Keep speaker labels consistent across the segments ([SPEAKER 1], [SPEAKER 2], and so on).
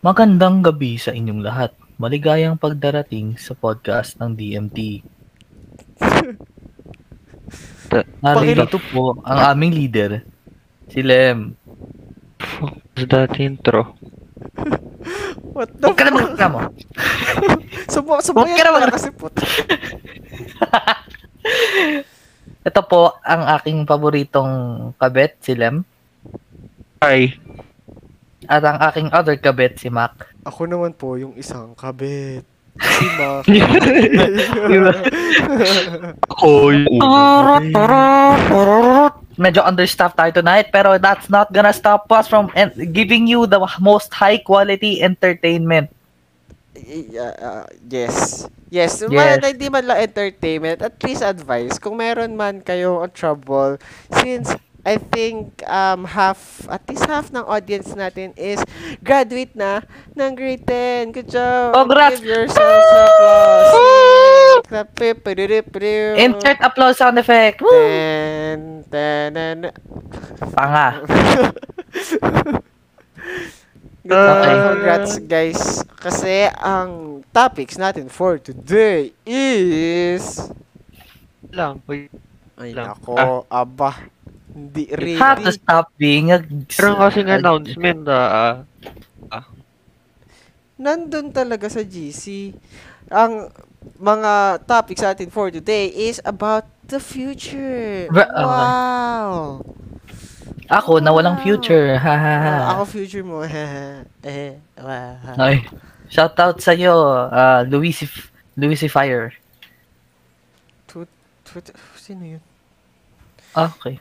[SPEAKER 1] Magandang gabi sa inyong lahat. Maligayang pagdarating sa podcast ng DMT. Narito po ang aming leader, si Lem.
[SPEAKER 2] Sa dati intro.
[SPEAKER 3] What the
[SPEAKER 1] Huwag ka na
[SPEAKER 3] fuck?
[SPEAKER 1] magreklamo.
[SPEAKER 3] Subo, subo
[SPEAKER 1] Huwag ka na
[SPEAKER 3] yan
[SPEAKER 1] mag-
[SPEAKER 3] kasi put.
[SPEAKER 1] Ito po ang aking paboritong kabet, si Lem.
[SPEAKER 2] Ay,
[SPEAKER 1] At ang aking other kabet, si Mac.
[SPEAKER 3] Ako naman po yung isang kabit. Si Mac.
[SPEAKER 2] ako yung
[SPEAKER 1] Medyo understaffed tayo tonight, pero that's not gonna stop us from en- giving you the most high-quality entertainment.
[SPEAKER 3] Yeah, uh, yes. Yes,
[SPEAKER 1] Yes.
[SPEAKER 3] Man, hindi man lang entertainment, at least advice. Kung meron man kayo ang trouble, since I think um, half, at least half ng audience natin is graduate na ng grade 10. Good job!
[SPEAKER 1] Congrats!
[SPEAKER 3] Give yourselves applause! Yes. Clap, clap, pururur, pururur.
[SPEAKER 1] Insert applause sound effect. Woo!
[SPEAKER 3] Ten, ten, ten.
[SPEAKER 1] Panga.
[SPEAKER 3] Okay.
[SPEAKER 1] Okay.
[SPEAKER 3] Congrats guys. Kasi ang topics natin for today is...
[SPEAKER 2] lang. Uy,
[SPEAKER 3] Ay
[SPEAKER 2] Lang.
[SPEAKER 3] nako,
[SPEAKER 1] Ah.
[SPEAKER 3] aba. Hindi ready.
[SPEAKER 1] How to stop being a...
[SPEAKER 2] Meron kasing announcement na ah,
[SPEAKER 3] Nandun talaga sa GC. Ang mga topics natin for today is about the future.
[SPEAKER 1] Ba- ah, okay.
[SPEAKER 3] Wow!
[SPEAKER 1] Ako na walang future. Ha ha ha.
[SPEAKER 3] Ah, ako future mo. eh, wow.
[SPEAKER 1] Ay. Shout out sa iyo, uh, Luis Luisifier.
[SPEAKER 3] Tut- Sino yun?
[SPEAKER 1] Ah, okay.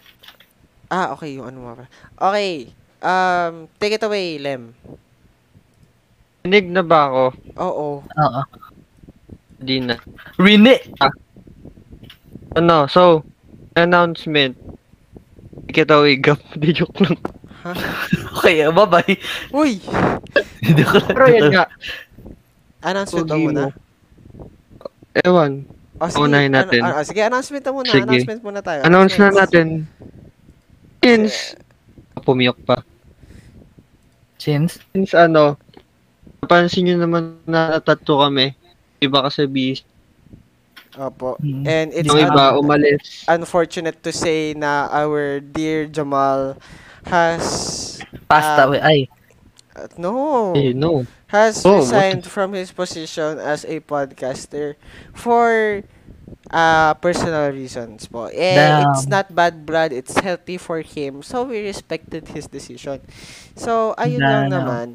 [SPEAKER 3] Ah, okay. Yung ano nga ba? Okay. Um, take it away, Lem.
[SPEAKER 2] Tinig na ba ako?
[SPEAKER 3] Oo.
[SPEAKER 1] Oo.
[SPEAKER 2] Hindi na.
[SPEAKER 1] Rini.
[SPEAKER 2] Ano, so, announcement. Kita away, gap. Di joke lang.
[SPEAKER 1] Okay, ah, bye-bye.
[SPEAKER 3] Uy!
[SPEAKER 1] Hindi ko lang.
[SPEAKER 2] Pero yan nga.
[SPEAKER 3] Announcement
[SPEAKER 2] Pogi
[SPEAKER 3] mo muna.
[SPEAKER 2] mo. Ewan.
[SPEAKER 3] O,
[SPEAKER 2] Unahin natin.
[SPEAKER 3] Ano, ano, sige, announcement na muna.
[SPEAKER 2] Sige.
[SPEAKER 3] Announcement muna tayo.
[SPEAKER 2] Announce na
[SPEAKER 3] Announcements.
[SPEAKER 2] natin. Since, pumiyok pa.
[SPEAKER 1] Chins.
[SPEAKER 2] Since ano, napansin nyo naman na tatlo kami. Iba kasi busy.
[SPEAKER 3] Opo.
[SPEAKER 1] Mm.
[SPEAKER 3] And it's
[SPEAKER 2] Yung iba,
[SPEAKER 3] un-
[SPEAKER 2] umalis.
[SPEAKER 3] unfortunate to say na our dear Jamal has...
[SPEAKER 1] Pasta.
[SPEAKER 3] Ah.
[SPEAKER 1] away. Ay.
[SPEAKER 3] uh, no.
[SPEAKER 2] Eh, no.
[SPEAKER 3] Has
[SPEAKER 2] Oh, what
[SPEAKER 3] resigned from his position as a podcaster for uh, personal reasons po. Eh,
[SPEAKER 1] Damn.
[SPEAKER 3] it's not bad blood. It's healthy for him. So, we respected his decision. So, ayun lang
[SPEAKER 1] Damn.
[SPEAKER 3] naman.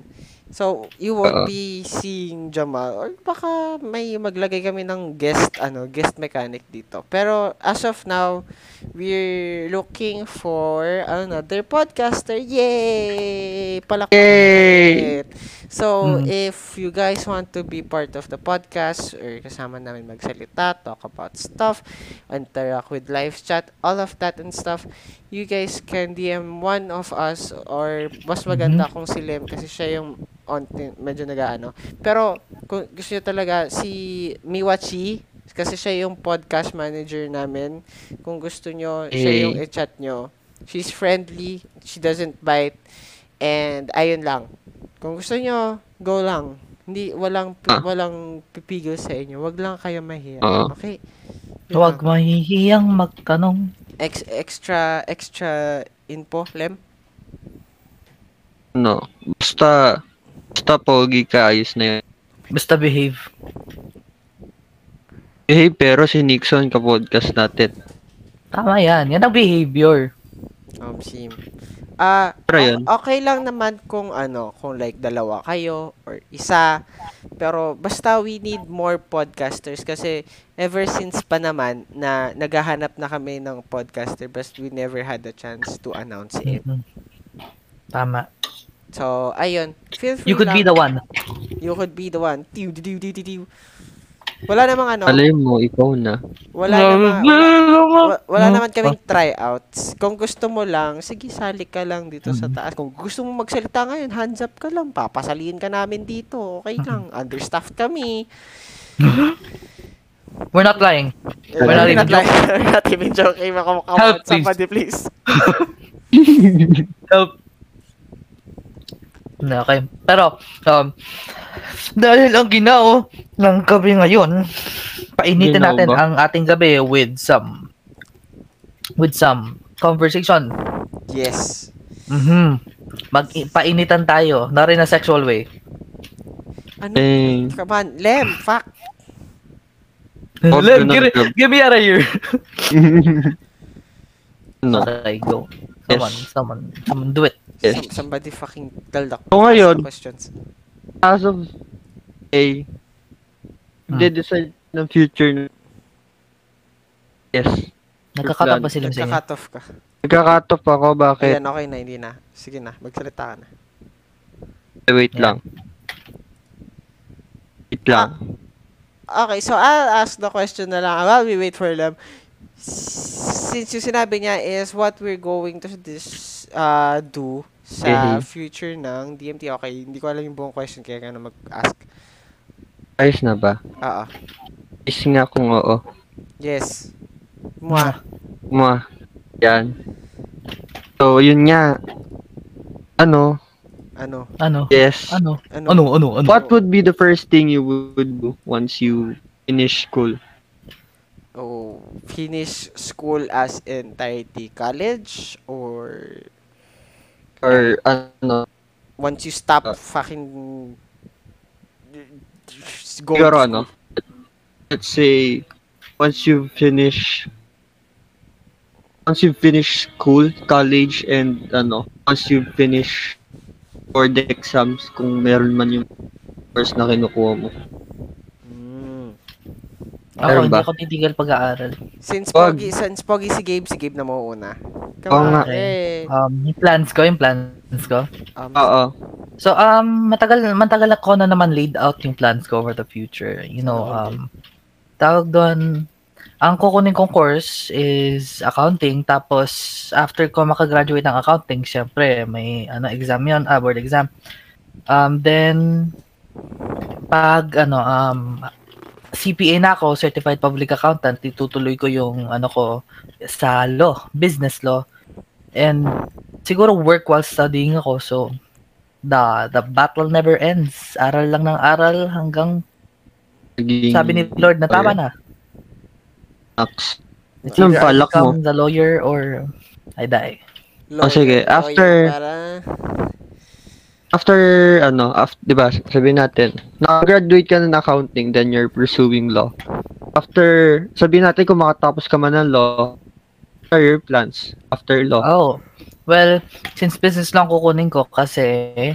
[SPEAKER 3] So, you
[SPEAKER 2] Oo.
[SPEAKER 3] won't be seeing Jamal. Or baka may maglagay kami ng guest, ano, guest mechanic dito. Pero, as of now, we're looking for another podcaster. Yay! Palakpak!
[SPEAKER 2] Yay!
[SPEAKER 3] So,
[SPEAKER 1] Mm.
[SPEAKER 3] if you guys want to be part of the podcast or kasama namin magsalita, talk about stuff, interact with live chat, all of that and stuff, you guys can DM one of us or mas maganda kung si Lem kasi siya yung on, medyo nag-ano. Pero, kung gusto nyo talaga si Miwachi, kasi siya yung podcast manager namin. Kung gusto nyo, siya
[SPEAKER 2] Hey.
[SPEAKER 3] yung i-chat nyo. She's friendly, she doesn't bite, and ayun lang. Kung gusto nyo, go lang. Hindi, walang,
[SPEAKER 2] Ah.
[SPEAKER 3] pi- walang pipigil sa inyo. Wag lang kayo mahiya.
[SPEAKER 2] Oo.
[SPEAKER 3] Okay? Yun
[SPEAKER 1] Huwag
[SPEAKER 3] lang.
[SPEAKER 1] mahihiyang magtanong.
[SPEAKER 3] Ex- extra, extra info, Lem?
[SPEAKER 2] No. Ano, Basta, basta pogi ka, ayos na yun.
[SPEAKER 1] Basta behave.
[SPEAKER 2] Hey, pero si Nixon ka-podcast natin.
[SPEAKER 1] Tama yan. Yan ang behavior.
[SPEAKER 3] Um, sim. Ah,
[SPEAKER 2] Pero
[SPEAKER 3] o-
[SPEAKER 2] yun.
[SPEAKER 3] okay lang naman kung ano, kung like dalawa kayo or isa. Pero basta we need more podcasters kasi ever since pa naman na naghahanap na kami ng podcaster but we never had the chance to announce it.
[SPEAKER 1] Mhm. Tama.
[SPEAKER 3] So, ayun. Feel free
[SPEAKER 1] You could
[SPEAKER 3] lang.
[SPEAKER 1] be the one.
[SPEAKER 3] You could be the one. Diw, diw, diw, diw, diw. Wala namang ano.
[SPEAKER 2] Alam mo, ikaw na.
[SPEAKER 3] Wala namang... Wa- wala
[SPEAKER 1] No.
[SPEAKER 3] naman kaming tryouts. Kung gusto mo lang, sige, sali ka lang dito sa taas. Kung gusto mo magsalita ngayon, hands up ka lang. Papasaliin ka namin dito. Okay lang. Understaffed kami.
[SPEAKER 1] We're not lying.
[SPEAKER 3] Eh,
[SPEAKER 1] We're not even
[SPEAKER 3] lying. We're not even joking. Makakamot
[SPEAKER 1] Help,
[SPEAKER 3] sa
[SPEAKER 1] please.
[SPEAKER 3] pati, please.
[SPEAKER 1] Help. Okay. Pero, um, dahil ang ginaw ng gabi ngayon, painitin
[SPEAKER 2] Ginaw
[SPEAKER 1] natin
[SPEAKER 2] ba?
[SPEAKER 1] ang ating gabi with some with some conversation.
[SPEAKER 3] Yes.
[SPEAKER 1] Mhm. Mag painitan tayo, na rin na sexual way.
[SPEAKER 3] Ano?
[SPEAKER 2] Eh,
[SPEAKER 3] Come on, Lem, fuck.
[SPEAKER 2] Oh,
[SPEAKER 1] Lem,
[SPEAKER 2] ganun,
[SPEAKER 1] give,
[SPEAKER 2] Lem.
[SPEAKER 1] give me out of here.
[SPEAKER 2] no.
[SPEAKER 1] Okay, go. Someone,
[SPEAKER 2] Yes.
[SPEAKER 1] someone, someone do it.
[SPEAKER 2] Yes.
[SPEAKER 3] Some- somebody fucking tell the
[SPEAKER 2] So ngayon-
[SPEAKER 3] questions.
[SPEAKER 2] As of A,
[SPEAKER 1] Hmm.
[SPEAKER 2] they decide ng future na- Yes.
[SPEAKER 1] Nagkakataon
[SPEAKER 2] plan.
[SPEAKER 1] ba sila sa inyo?
[SPEAKER 3] Nagka-cut off ka.
[SPEAKER 2] Nagka-cut off ako, bakit?
[SPEAKER 3] Ayan, okay na, hindi na. Sige na, magsalita ka na.
[SPEAKER 2] Wait
[SPEAKER 1] Ayan.
[SPEAKER 2] lang. Wait lang.
[SPEAKER 3] Okay, so I'll ask the question na lang while we wait for Lem. Since yung sinabi niya is what we're going to this, uh, do sa
[SPEAKER 2] Mhm.
[SPEAKER 3] future ng DMT. Okay, hindi ko alam yung buong question kaya ka na mag-ask.
[SPEAKER 2] Ayos na ba?
[SPEAKER 3] Oo.
[SPEAKER 2] Is nga kung oo.
[SPEAKER 3] Yes. Mwah.
[SPEAKER 2] Mga. Yan. So, yun nga. Ano?
[SPEAKER 3] Ano?
[SPEAKER 1] Ano?
[SPEAKER 2] Yes.
[SPEAKER 1] Ano?
[SPEAKER 3] Ano?
[SPEAKER 1] Ano? Ano? Ano?
[SPEAKER 2] What would be the first thing you would do once you finish school?
[SPEAKER 3] Oh, finish school as entirety college or
[SPEAKER 2] Or ano?
[SPEAKER 3] once you stop
[SPEAKER 2] Ah.
[SPEAKER 3] fucking uh, go
[SPEAKER 2] Siguro ano? Let's say, once you finish once you finish school, college, and ano, once you finish for the exams, kung meron man yung course na kinukuha mo.
[SPEAKER 3] Mm.
[SPEAKER 1] Ako,
[SPEAKER 2] Meron
[SPEAKER 1] hindi
[SPEAKER 2] ba?
[SPEAKER 1] ako titigil pag-aaral.
[SPEAKER 3] Since
[SPEAKER 2] Wag.
[SPEAKER 3] Pogi, since Pogi si Gabe, si Gabe na mauuna.
[SPEAKER 2] Oo Oh, nga.
[SPEAKER 3] eh.
[SPEAKER 1] Um, yung plans ko, yung plans ko.
[SPEAKER 3] Um,
[SPEAKER 2] Oo.
[SPEAKER 1] So, um, matagal, matagal ako na naman laid out yung plans ko for the future. You know, um, tawag doon, ang kukunin kong course is accounting. Tapos, after ko makagraduate ng accounting, syempre, may ano, exam yun, ah, board exam. Um, then, pag, ano, um, CPA na ako, Certified Public Accountant, itutuloy ko yung, ano ko, sa law, business law. And, siguro work while studying ako. So, the the battle never ends. Aral lang ng aral hanggang
[SPEAKER 2] Naging
[SPEAKER 1] sabi ni Lord na tama na.
[SPEAKER 2] Nax.
[SPEAKER 1] It's
[SPEAKER 2] Anong
[SPEAKER 1] either I
[SPEAKER 2] balak mo?
[SPEAKER 1] become the lawyer or I die.
[SPEAKER 3] lawyer-
[SPEAKER 2] sige,
[SPEAKER 3] lawyer
[SPEAKER 2] after-
[SPEAKER 3] para,
[SPEAKER 2] After, ano, after, di ba, sabihin natin, nakagraduate ka na ng accounting, then you're pursuing law. After, sabihin natin kung makatapos ka man ng law, what are your plans after law?
[SPEAKER 1] Oh. Well, since business lang kukunin ko kasi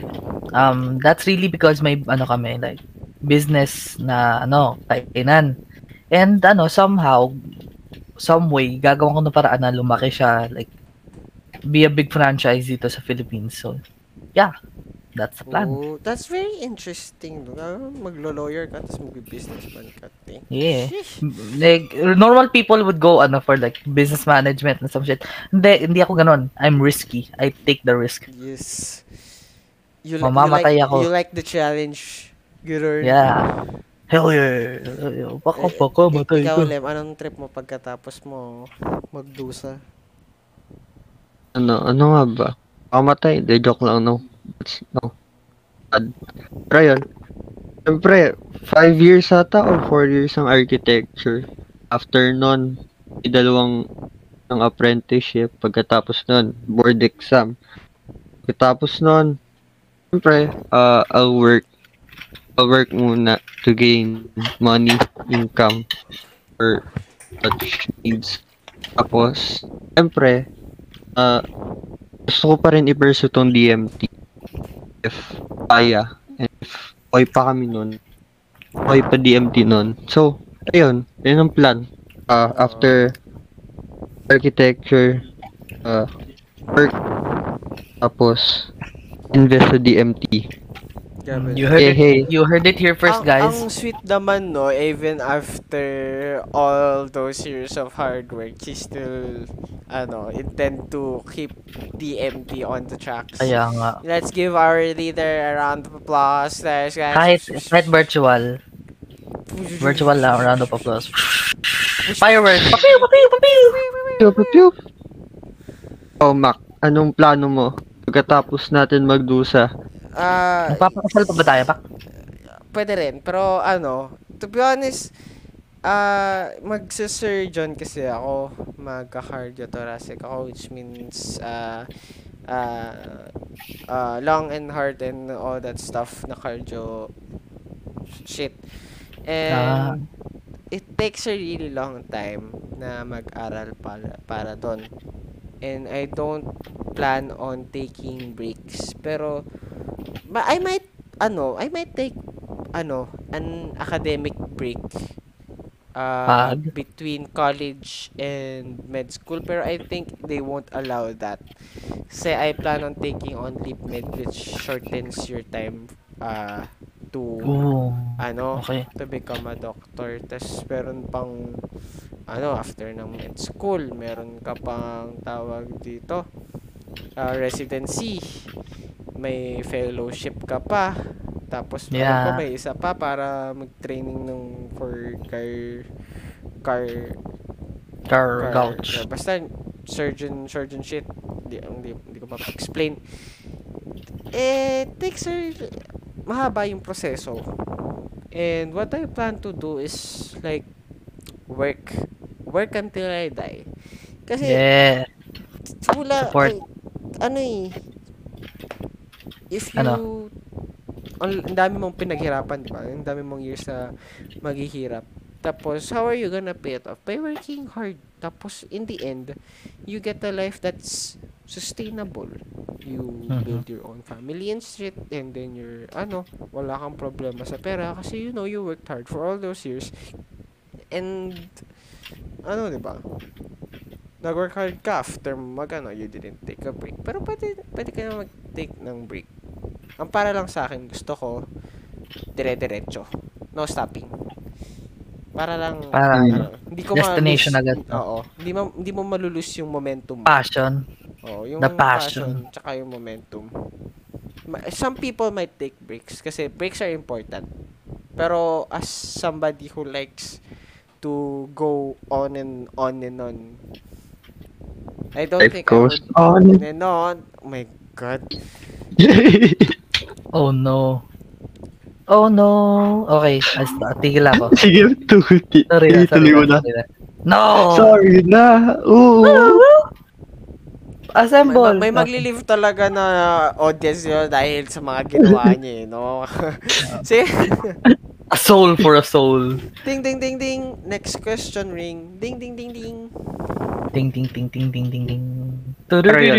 [SPEAKER 1] um that's really because may ano kami like business na ano, kainan. And ano, somehow some way gagawa ko ng paraan na lumaki siya like be a big franchise dito sa Philippines. So, yeah. That's the plan.
[SPEAKER 3] Oh, that's very interesting. no? Ah, Maglo-lawyer ka, tapos mag-businessman ka. Ting.
[SPEAKER 1] Yeah.
[SPEAKER 3] Sheesh.
[SPEAKER 1] like normal people would go ano for like business management and some shit. Hindi, hindi ako ganun. I'm risky. I take the risk.
[SPEAKER 3] Yes. You, li-
[SPEAKER 1] Mamamatay
[SPEAKER 3] you like,
[SPEAKER 1] ako.
[SPEAKER 3] You like the challenge. You learn.
[SPEAKER 1] Yeah. Hell yeah. Baka,
[SPEAKER 3] Eh,
[SPEAKER 1] baka,
[SPEAKER 3] ik-
[SPEAKER 1] matay
[SPEAKER 3] Ikaw,
[SPEAKER 1] ko.
[SPEAKER 3] Lem, anong trip mo pagkatapos mo magdusa?
[SPEAKER 2] Ano, ano nga ba? Kamatay, de joke lang, no. It's, no. Bad. Pero yun, siyempre, five years ata or four years ang architecture. After nun, may dalawang ng apprenticeship. Pagkatapos nun, board exam. Pagkatapos nun, siyempre, uh, I'll work. I'll work muna to gain money, income, or such needs. Tapos, siyempre, uh, gusto ko pa rin i-pursue tong DMT. If kaya. And if okay pa kami nun. Okay pa DMT nun. So, ayun. Yun ang plan. Uh, after architecture, uh, work, tapos invest sa DMT.
[SPEAKER 3] Grabe.
[SPEAKER 1] You heard
[SPEAKER 2] Hey, hey.
[SPEAKER 1] it. Eh, You heard it here first,
[SPEAKER 3] ang,
[SPEAKER 1] guys.
[SPEAKER 3] Ang sweet naman, no, even after all those years of hard work, she still, ano, intend to keep DMT on the tracks.
[SPEAKER 1] Kaya nga.
[SPEAKER 3] Let's give our leader a round of applause. There's guys.
[SPEAKER 1] Kahit, kahit virtual. Virtual lang. Round of applause. Fireworks. Papiw, papiw, papiw.
[SPEAKER 2] Pew, pew, pew. Oh, Mac, anong plano mo? Pagkatapos natin magdusa,
[SPEAKER 3] Ah,
[SPEAKER 1] Nagpapakasal pa ba tayo, Pak?
[SPEAKER 3] pwede rin. Pero ano, to be honest, ah magsa-surgeon kasi ako, magka-cardiothoracic ako, which means ah ah ah, lung and heart and all that stuff na cardio shit. And
[SPEAKER 1] Ah.
[SPEAKER 3] it takes a really long time na mag-aral para, para doon. And I don't plan on taking breaks. Pero, but I might, ano, I might take, ano, an academic break. Uh,
[SPEAKER 1] Pag?
[SPEAKER 3] between college and med school. Pero I think they won't allow that. Kasi I plan on taking on leap med which shortens your time uh, to,
[SPEAKER 1] Oo.
[SPEAKER 3] ano,
[SPEAKER 1] Okay.
[SPEAKER 3] to become a doctor. Tapos meron pang ano after ng med school, meron ka pang tawag dito ah, residency. May fellowship ka pa. Tapos
[SPEAKER 1] Yeah.
[SPEAKER 3] meron pa may isa pa para mag-training ng for car car
[SPEAKER 1] Car
[SPEAKER 3] car-
[SPEAKER 1] gouch.
[SPEAKER 3] car- Basta surgeon surgeon shit. Di, hindi, hindi ko pa explain. Eh, takes a, mahaba yung proseso. And what I plan to do is like work. Work until I die. Kasi
[SPEAKER 1] Yeah.
[SPEAKER 3] wala
[SPEAKER 1] Support.
[SPEAKER 3] like, ano eh if you
[SPEAKER 1] Ano?
[SPEAKER 3] ang ang dami mong pinaghirapan, di ba? Ang dami mong years na maghihirap. Tapos, how are you gonna pay it off? By working hard. Tapos, in the end, you get a life that's sustainable. You
[SPEAKER 1] Mhm.
[SPEAKER 3] build your own family and shit, and then you're, ano, wala kang problema sa pera kasi you know you worked hard for all those years. And, ano, di ba? Nag-work hard ka after mag, ano, you didn't take a break. Pero pwede, pwede ka na mag-take ng break. Ang para lang sa akin, gusto ko, dire-diretso. No stopping. Para lang,
[SPEAKER 1] Para
[SPEAKER 3] ano, hindi ko
[SPEAKER 1] destination
[SPEAKER 3] ma-lose-
[SPEAKER 1] agad, no?
[SPEAKER 3] Oo. Hindi, ma- hindi mo malulus yung momentum. mo.
[SPEAKER 1] Passion.
[SPEAKER 3] Oo, yung
[SPEAKER 1] Ah, the passion.
[SPEAKER 3] Tsaka yung momentum. Ma- Some people might take breaks kasi breaks are important. Pero as somebody who likes to go on and on and on, I don't
[SPEAKER 2] Life
[SPEAKER 3] think
[SPEAKER 2] goes
[SPEAKER 3] I would on
[SPEAKER 2] on.
[SPEAKER 3] and on. Oh my God.
[SPEAKER 1] Oh no. Oh no. Okay, as- tigil ako.
[SPEAKER 2] Sige, tuti.
[SPEAKER 1] Sorry Oh. na, sorry
[SPEAKER 2] Tuloy mo
[SPEAKER 1] na,
[SPEAKER 2] na.
[SPEAKER 1] sorry na. No!
[SPEAKER 2] Sorry na. Oo.
[SPEAKER 3] May,
[SPEAKER 1] Assemble!
[SPEAKER 3] ma- may maglilive talaga na audience yun dahil sa mga ginawa niya, eh, no? See?
[SPEAKER 1] A soul for a soul.
[SPEAKER 3] Ding, ding, ding, ding. Next question ring. Ding, ding, ding, ding.
[SPEAKER 1] Ding, ding, ding, ding, ding, ding, ding.
[SPEAKER 2] Pero yun.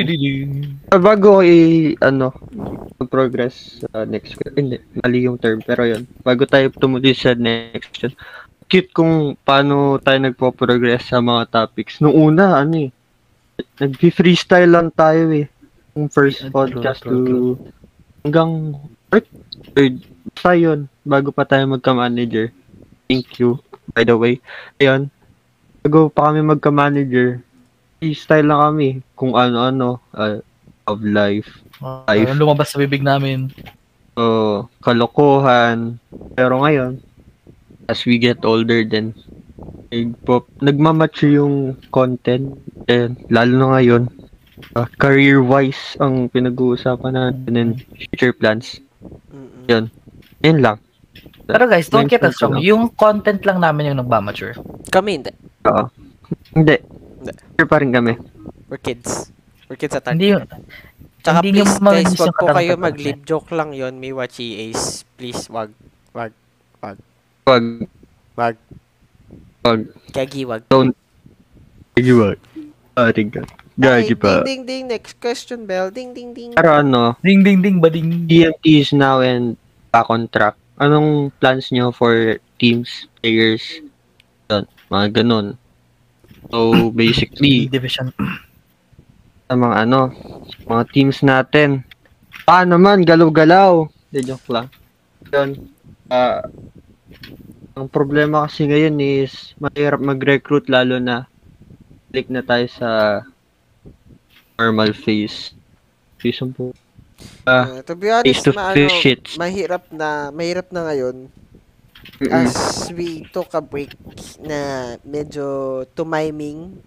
[SPEAKER 2] Ah, Bago ko i ano progress sa next question. Hindi, mali yung term pero yun. Bago tayo tumuloy sa next question. Cute kung paano tayo nagpo-progress sa mga topics. Nung una, ano eh, nag-freestyle lang tayo eh. Yung first
[SPEAKER 1] True,
[SPEAKER 2] podcast
[SPEAKER 1] true, true.
[SPEAKER 2] to hanggang third, third basta yun, bago pa tayo magka-manager. Thank you, by the way. Ayun, bago pa kami magka-manager, freestyle lang kami kung ano-ano, ah, of life,
[SPEAKER 1] Ah,
[SPEAKER 2] Life.
[SPEAKER 1] Anong lumabas sa bibig namin?
[SPEAKER 2] o kalokohan. Pero ngayon, as we get older then nagpo, nagmamature yung content and lalo na ngayon ah, career-wise ang pinag-uusapan natin and future plans.
[SPEAKER 3] Mm-mm.
[SPEAKER 2] Yun. Yun lang.
[SPEAKER 1] Pero guys, don't get us
[SPEAKER 2] Mention ko
[SPEAKER 1] wrong.
[SPEAKER 2] lang.
[SPEAKER 1] Yung content lang namin yung nagmamature.
[SPEAKER 3] Kami hindi.
[SPEAKER 2] Oo. Hindi.
[SPEAKER 3] Hindi.
[SPEAKER 2] Sure pa rin kami.
[SPEAKER 3] We're kids. We're kids at heart.
[SPEAKER 1] Hindi yun.
[SPEAKER 3] Tsaka
[SPEAKER 1] hindi niyo
[SPEAKER 3] please guys,
[SPEAKER 1] mamimiss yung
[SPEAKER 3] wag po kayo
[SPEAKER 1] katangatangan.
[SPEAKER 3] mag-lip joke lang yon May watch EAs. Please, wag. Wag.
[SPEAKER 2] Pag
[SPEAKER 3] Wag.
[SPEAKER 2] Wag.
[SPEAKER 3] Gagi, wag.
[SPEAKER 2] gagi ba? Ah, tingnan. Gagi
[SPEAKER 3] Ay,
[SPEAKER 2] pa.
[SPEAKER 3] Ding, ding, ding. Next question, Bell. Ding, ding, ding.
[SPEAKER 2] Pero ano,
[SPEAKER 1] Ding, ding, ding, bading.
[SPEAKER 2] DMT is now and back on track. Anong plans nyo for teams, players, yun, mga ganun. So, basically,
[SPEAKER 1] Division.
[SPEAKER 2] sa mga ano, sa mga teams natin, pa naman, galaw-galaw. Hindi, joke lang. Yun. Ah, ang problema kasi ngayon is, mahirap mag-recruit lalo na click na tayo sa normal phase. Phase ang po. Ah,
[SPEAKER 3] Uh, to be honest,
[SPEAKER 2] to
[SPEAKER 3] maano,
[SPEAKER 2] face shit.
[SPEAKER 3] mahirap na, mahirap na ngayon ah,
[SPEAKER 2] mm-mm.
[SPEAKER 3] as we took a break na medyo tumiming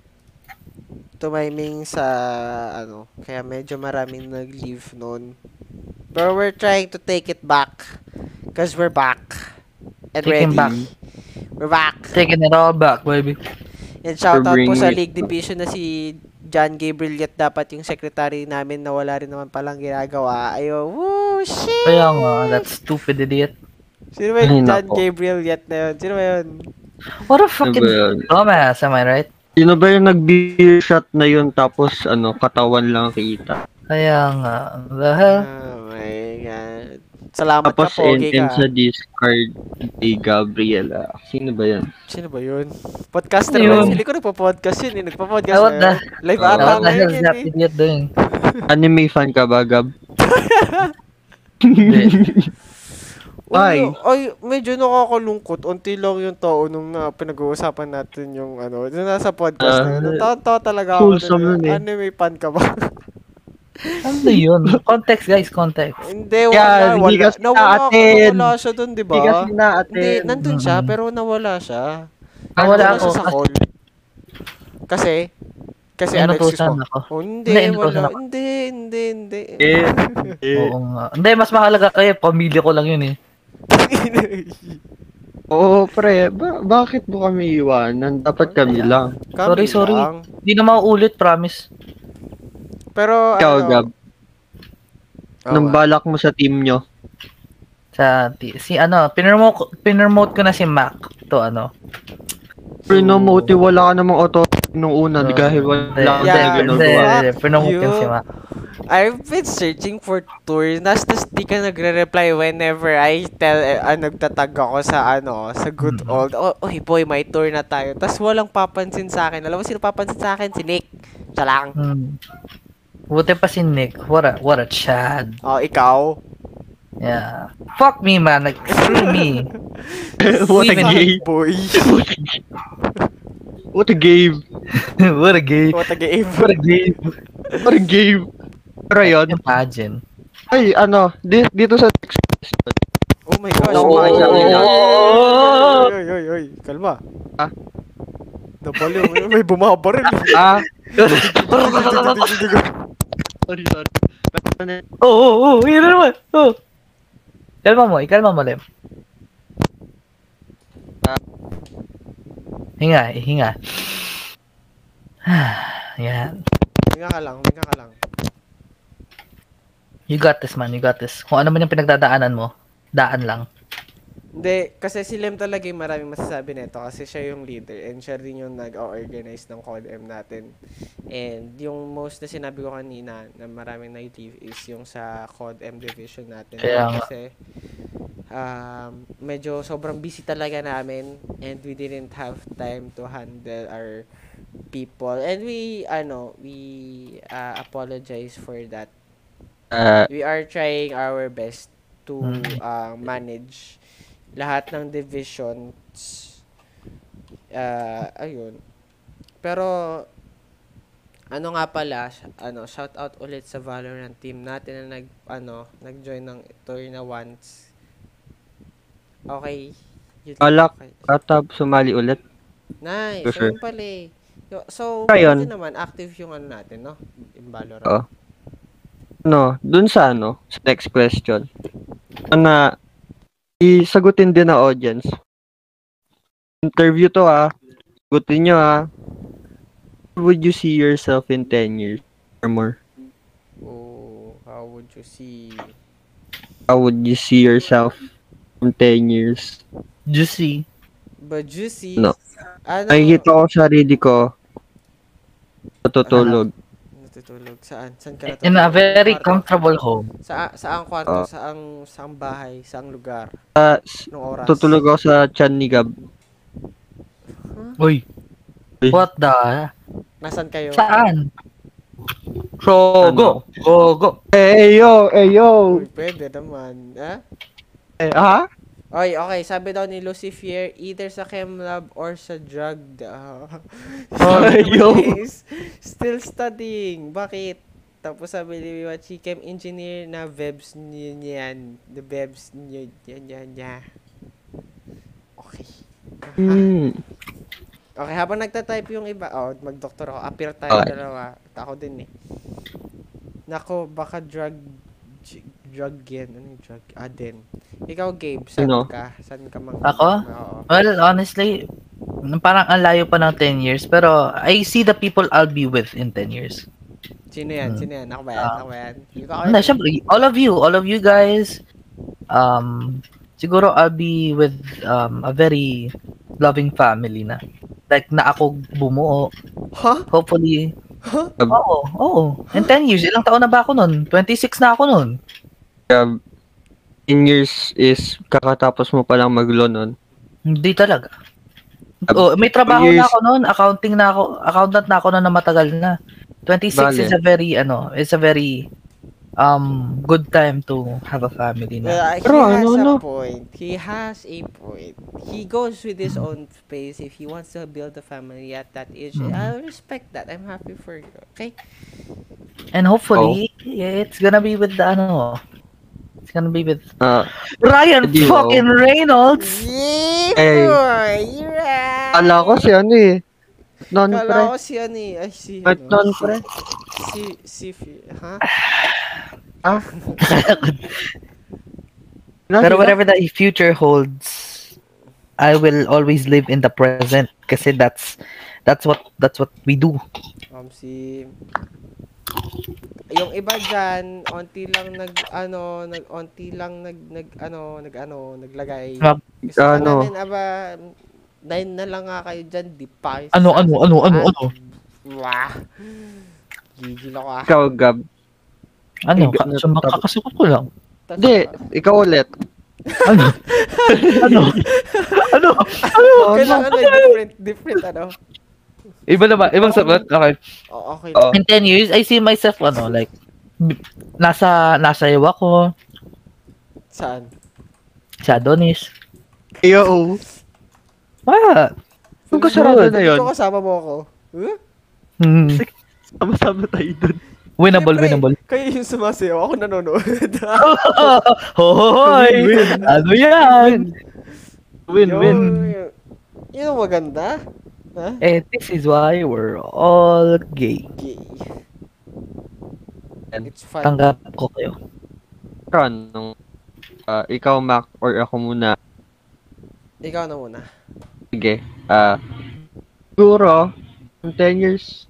[SPEAKER 3] tumiming sa ano, kaya medyo maraming nag-leave noon. But we're trying to take it back because we're back and
[SPEAKER 1] Take him
[SPEAKER 3] ready.
[SPEAKER 1] back.
[SPEAKER 3] We're back.
[SPEAKER 1] Taking it all back, baby.
[SPEAKER 3] And shout out po
[SPEAKER 2] bringing
[SPEAKER 3] sa
[SPEAKER 2] it
[SPEAKER 3] League
[SPEAKER 2] back.
[SPEAKER 3] Division na si John Gabriel yet dapat yung secretary namin na wala rin naman palang ginagawa. Ayo, woo, shit!
[SPEAKER 1] Kaya nga, that stupid idiot.
[SPEAKER 3] Sino ba yung
[SPEAKER 2] Ay,
[SPEAKER 3] John
[SPEAKER 2] nako.
[SPEAKER 3] Gabriel yet na yun? Sino ba yun?
[SPEAKER 1] What a
[SPEAKER 2] Ano ba
[SPEAKER 1] fucking
[SPEAKER 2] yun?
[SPEAKER 1] dumbass, am I right?
[SPEAKER 2] Sino ba yung nag-beer shot na yun tapos ano, katawan lang kita?
[SPEAKER 1] Kaya nga, the hell?
[SPEAKER 3] Oh my God. Salamat
[SPEAKER 2] Tapos
[SPEAKER 3] ka, Pogi
[SPEAKER 2] NM
[SPEAKER 3] ka.
[SPEAKER 2] sa Discord ni Gabriela. Sino ba yun?
[SPEAKER 3] Sino ba yun? Podcaster
[SPEAKER 1] Ano
[SPEAKER 3] ba?
[SPEAKER 1] yun?
[SPEAKER 3] Hindi ko nagpa-podcast yun. Eh. Nagpa-podcast
[SPEAKER 1] Ay, what
[SPEAKER 3] na
[SPEAKER 1] the-
[SPEAKER 3] yun. Live
[SPEAKER 2] Oh,
[SPEAKER 1] What
[SPEAKER 3] ata
[SPEAKER 2] tama
[SPEAKER 1] the
[SPEAKER 3] ngayon
[SPEAKER 1] hell's
[SPEAKER 3] yun
[SPEAKER 1] that
[SPEAKER 3] eh.
[SPEAKER 1] idiot doing?
[SPEAKER 2] Anime fan ka ba, Gab?
[SPEAKER 1] Hindi.
[SPEAKER 2] Why?
[SPEAKER 3] Uy, Ay, medyo nakakalungkot. Unti lang yung tao nung na pinag-uusapan natin yung ano, yung nasa podcast na yun.
[SPEAKER 2] Ah,
[SPEAKER 3] Natatawa talaga ako.
[SPEAKER 2] wholesome
[SPEAKER 3] dun,
[SPEAKER 2] yun eh.
[SPEAKER 3] Anime fan ka ba?
[SPEAKER 1] Ano yun? Context, guys, context.
[SPEAKER 3] hindi, wala.
[SPEAKER 2] Yeah,
[SPEAKER 3] wala.
[SPEAKER 2] hindi kasi
[SPEAKER 3] nawala,
[SPEAKER 2] naatin.
[SPEAKER 3] nawala siya dun, di ba?
[SPEAKER 2] Hindi kasi
[SPEAKER 3] Hindi,
[SPEAKER 2] naatin.
[SPEAKER 3] nandun siya,
[SPEAKER 1] Mm.
[SPEAKER 3] pero nawala siya.
[SPEAKER 1] Nawala
[SPEAKER 3] siya
[SPEAKER 1] ako.
[SPEAKER 3] sa call. Kasi, kasi
[SPEAKER 1] Ano
[SPEAKER 3] ano
[SPEAKER 1] to,
[SPEAKER 3] Alexis
[SPEAKER 1] saan
[SPEAKER 3] mo.
[SPEAKER 1] ako?
[SPEAKER 3] Oh, hindi,
[SPEAKER 1] Hindi, inutusan
[SPEAKER 3] wala.
[SPEAKER 1] ako.
[SPEAKER 3] Hindi, hindi, hindi.
[SPEAKER 2] Eh, eh.
[SPEAKER 1] Oo nga. Hindi, mas mahalaga kayo. Pamilya ko lang yun eh.
[SPEAKER 2] Oo, pre. Ba- bakit mo kami iwanan? Dapat kami lang.
[SPEAKER 1] Sorry,
[SPEAKER 3] Kami
[SPEAKER 1] sorry.
[SPEAKER 3] lang.
[SPEAKER 1] Hindi na mauulit, promise.
[SPEAKER 3] Pero,
[SPEAKER 2] Ikaw,
[SPEAKER 3] ano,
[SPEAKER 2] Gab.
[SPEAKER 3] oh,
[SPEAKER 2] Nung
[SPEAKER 3] ah.
[SPEAKER 2] balak mo sa team nyo.
[SPEAKER 1] Sa, ti- si ano, pinremote, pinremote ko na si Mac to ano.
[SPEAKER 2] Prinomote, wala ka namang authority nung una.
[SPEAKER 1] So,
[SPEAKER 2] dahil wala ka
[SPEAKER 1] hindi,
[SPEAKER 2] na
[SPEAKER 3] Yeah,
[SPEAKER 1] Hindi,
[SPEAKER 2] ginagawa.
[SPEAKER 1] hindi, pinremote ko na
[SPEAKER 3] You-
[SPEAKER 1] si Mac.
[SPEAKER 3] I've been searching for tours. Nastas di ka nagre-reply whenever I tell, uh, nagtatag ako sa ano, sa good
[SPEAKER 1] Mm.
[SPEAKER 3] old, oh, oy boy, may tour na tayo. Tapos walang papansin sa akin. Alam mo sino papansin sa akin? Si Nick. Siya lang.
[SPEAKER 1] Hmm. Buti pa si Nick. What a, what a chad.
[SPEAKER 3] Oh, ikaw.
[SPEAKER 1] Yeah. Fuck me, man. Like, screw me.
[SPEAKER 2] what a
[SPEAKER 1] Even-
[SPEAKER 2] gay.
[SPEAKER 3] Boy.
[SPEAKER 2] What a game.
[SPEAKER 1] what a gay.
[SPEAKER 3] What a game.
[SPEAKER 1] What a gay.
[SPEAKER 2] What a game. Pero yun.
[SPEAKER 1] Imagine.
[SPEAKER 2] Ay, ano. Di- dito sa text.
[SPEAKER 3] Oh my gosh.
[SPEAKER 2] Ako, ako,
[SPEAKER 3] Oy, oy,
[SPEAKER 2] ako.
[SPEAKER 3] oy, oy, oy, oy. Kalma.
[SPEAKER 2] Ah?
[SPEAKER 3] Nabalyo. May- May bumabaril.
[SPEAKER 2] Ah.
[SPEAKER 1] oh,
[SPEAKER 2] Sorry, sorry.
[SPEAKER 1] oh, oh, yun na naman. Oh. Kalma mo, ikalma mo, Lem.
[SPEAKER 2] Ah.
[SPEAKER 1] Hinga, hinga. Yan.
[SPEAKER 3] Hinga ka lang, hinga ka lang.
[SPEAKER 1] You got this, man. You got this. Kung ano man yung pinagdadaanan mo, daan lang.
[SPEAKER 3] Hindi, kasi si Lem talaga yung maraming masasabi nito kasi siya yung leader and siya rin yung nag-organize ng CODM natin. And yung most na sinabi ko kanina na maraming nag-leave is yung sa CODM division natin.
[SPEAKER 1] Kaya nga.
[SPEAKER 3] Kasi um, medyo sobrang busy talaga namin and we didn't have time to handle our people. And we, ano, we uh, apologize for that
[SPEAKER 2] Ah,
[SPEAKER 3] we are trying our best to
[SPEAKER 1] Mm.
[SPEAKER 3] uh, manage lahat ng divisions. Uh, ayun. Pero, ano nga pala, sh- ano, shout out ulit sa Valorant team natin na nag, ano, nag-join ng tour na once. Okay. Yun lang.
[SPEAKER 2] Alak.
[SPEAKER 3] Okay.
[SPEAKER 2] Katab, sumali ulit.
[SPEAKER 3] Nice.
[SPEAKER 2] Sure.
[SPEAKER 3] Ayun pala eh. Yo- So,
[SPEAKER 2] Try yun.
[SPEAKER 3] buti naman, active yung ano natin, no? Yung Valorant.
[SPEAKER 2] Oo. No, dun sa ano, sa next question. Ano, isagutin din na audience. Interview to ah. Sagutin nyo ah. Would you see yourself in 10 years or more?
[SPEAKER 3] Oh, how would you see
[SPEAKER 2] How would you see yourself in 10 years?
[SPEAKER 1] Juicy.
[SPEAKER 3] But juicy.
[SPEAKER 2] No.
[SPEAKER 3] Ano?
[SPEAKER 2] Nakikita ko sarili ko. Natutulog.
[SPEAKER 3] Natutulog. Saan? Saan ka natutulog?
[SPEAKER 1] In a very
[SPEAKER 3] Kwarto?
[SPEAKER 1] comfortable home.
[SPEAKER 3] Sa, saang kwarto?
[SPEAKER 2] Ah.
[SPEAKER 3] Saang, saang bahay? Saang lugar?
[SPEAKER 2] Ah, s-
[SPEAKER 3] Nung oras?
[SPEAKER 2] tutulog ako sa chan ni Gab.
[SPEAKER 1] Uy.
[SPEAKER 2] Uy.
[SPEAKER 1] What the?
[SPEAKER 3] Nasaan kayo?
[SPEAKER 1] Saan? Ano? So, go. Go, go.
[SPEAKER 2] Eh, eh, yo, eh, yo.
[SPEAKER 3] Uy, pwede naman. Ha?
[SPEAKER 2] Eh, ha?
[SPEAKER 3] Oy, okay. Sabi daw ni Lucifer, either sa Chemlab or sa drug daw.
[SPEAKER 2] Ay, yo.
[SPEAKER 3] Is Still studying. Bakit? Tapos sabi ni Wachi, Chem Engineer na Vebs niya niyan. The Vebs niya niya niya. niya. Okay.
[SPEAKER 2] Hmm.
[SPEAKER 3] Okay, habang nagta-type yung iba, oh, mag-doctor ako. Appear tayo
[SPEAKER 2] Okay.
[SPEAKER 3] dalawa. At Ako din eh. Nako, baka drug j- drug yan. Ano yung drug? Ah, din. Ikaw, Gabe, saan
[SPEAKER 2] Sino?
[SPEAKER 3] ka? Saan ka mang...
[SPEAKER 1] Ako?
[SPEAKER 3] Oo.
[SPEAKER 1] Well, honestly, parang ang layo pa ng 10 years. Pero I see the people I'll be with in 10 years.
[SPEAKER 3] Sino
[SPEAKER 1] Hmm.
[SPEAKER 3] yan? Sino yan? Ako ba yan?
[SPEAKER 1] Ah.
[SPEAKER 3] Ako ba yan? Ikaw,
[SPEAKER 1] Hindi, syempre, all of you, all of you guys, um, siguro I'll be with um, a very loving family na. Like, na ako bumuo.
[SPEAKER 3] Ha?
[SPEAKER 1] Hopefully,
[SPEAKER 3] Huh?
[SPEAKER 1] oo, oo. In 10 years, ilang taon na ba ako nun? 26 na ako nun.
[SPEAKER 2] Kaya, 10 years is kakatapos mo palang mag-law nun.
[SPEAKER 1] Hindi talaga.
[SPEAKER 2] Ab-
[SPEAKER 1] Oh, may trabaho
[SPEAKER 2] years-
[SPEAKER 1] na ako noon, accounting na ako, accountant na ako noon na matagal na. 26
[SPEAKER 2] Bale.
[SPEAKER 1] is a very ano, is a very um good time to have a family na.
[SPEAKER 3] Well, Uh, he
[SPEAKER 2] Pero
[SPEAKER 3] has
[SPEAKER 2] ano,
[SPEAKER 3] a
[SPEAKER 2] ano?
[SPEAKER 3] point. He has a point. He goes with his own pace if he wants to build a family at that age.
[SPEAKER 2] Mm-hmm.
[SPEAKER 1] Mhm.
[SPEAKER 3] I respect that. I'm happy for you. Okay?
[SPEAKER 1] And hopefully it's gonna be with the ano. It's gonna be with
[SPEAKER 2] Ah,
[SPEAKER 1] Ryan
[SPEAKER 2] Hindi, wow.
[SPEAKER 1] fucking Reynolds.
[SPEAKER 3] Yeah,
[SPEAKER 2] Hey.
[SPEAKER 3] boy! You're right!
[SPEAKER 2] ala ko si ano eh. Non, pre.
[SPEAKER 3] Kala ko si ano eh. Ay, si
[SPEAKER 2] At
[SPEAKER 3] ano.
[SPEAKER 2] non, pre.
[SPEAKER 3] Si, si, fi- ha?
[SPEAKER 1] Pero whatever the future holds, I will always live in the present kasi that's that's what that's what we do.
[SPEAKER 3] Um, si... Yung iba dyan, onti lang nag, ano, nag, onti lang nag, nag, ano, nag, ano, naglagay.
[SPEAKER 1] Mag-
[SPEAKER 3] Gusto pa
[SPEAKER 2] ano?
[SPEAKER 3] namin, aba, nine na lang nga kayo dyan, di pa. kayo
[SPEAKER 1] Ano ano ano ano
[SPEAKER 3] sasamahan.
[SPEAKER 1] ano?
[SPEAKER 3] Wah. Gigil ako ah.
[SPEAKER 2] Ikaw, Gab.
[SPEAKER 1] Ano?
[SPEAKER 2] Ay,
[SPEAKER 1] Ka-
[SPEAKER 2] ganun.
[SPEAKER 1] sumang- kakasugot ko lang.
[SPEAKER 3] Tas-
[SPEAKER 2] Hindi, ikaw ulit.
[SPEAKER 1] Ano? ano? ano?
[SPEAKER 2] Oh,
[SPEAKER 3] Kailangan na different, different ano.
[SPEAKER 4] Iba naman, ibang sagot. Okay.
[SPEAKER 3] O- okay
[SPEAKER 2] Oh.
[SPEAKER 3] lang.
[SPEAKER 1] In 10 years, I see myself, ano, like, b- nasa, nasa iyo ako,
[SPEAKER 3] Saan?
[SPEAKER 1] sa Adonis.
[SPEAKER 2] Yo.
[SPEAKER 1] What?
[SPEAKER 2] Kung kasarado na yun.
[SPEAKER 3] Ikaw kasama mo ako. Huh?
[SPEAKER 1] Hmm.
[SPEAKER 2] Sama-sama tayo dun.
[SPEAKER 1] Winnable,
[SPEAKER 3] Siyempre,
[SPEAKER 1] winnable.
[SPEAKER 3] Kayo yung sumasayaw, ako nanonood.
[SPEAKER 2] Oh,
[SPEAKER 1] Hoy!
[SPEAKER 2] Win-win.
[SPEAKER 1] Ano yan?
[SPEAKER 2] Win-win.
[SPEAKER 3] Yun, yun ang maganda. Ha?
[SPEAKER 1] And Eh, this is why we're all gay.
[SPEAKER 3] Gay.
[SPEAKER 2] And
[SPEAKER 3] It's fun.
[SPEAKER 1] Tanggap ko kayo.
[SPEAKER 2] Ron, nung ah, ikaw, Mac, or ako muna.
[SPEAKER 3] Ikaw na muna.
[SPEAKER 2] Sige. Ah, siguro, in 10 years,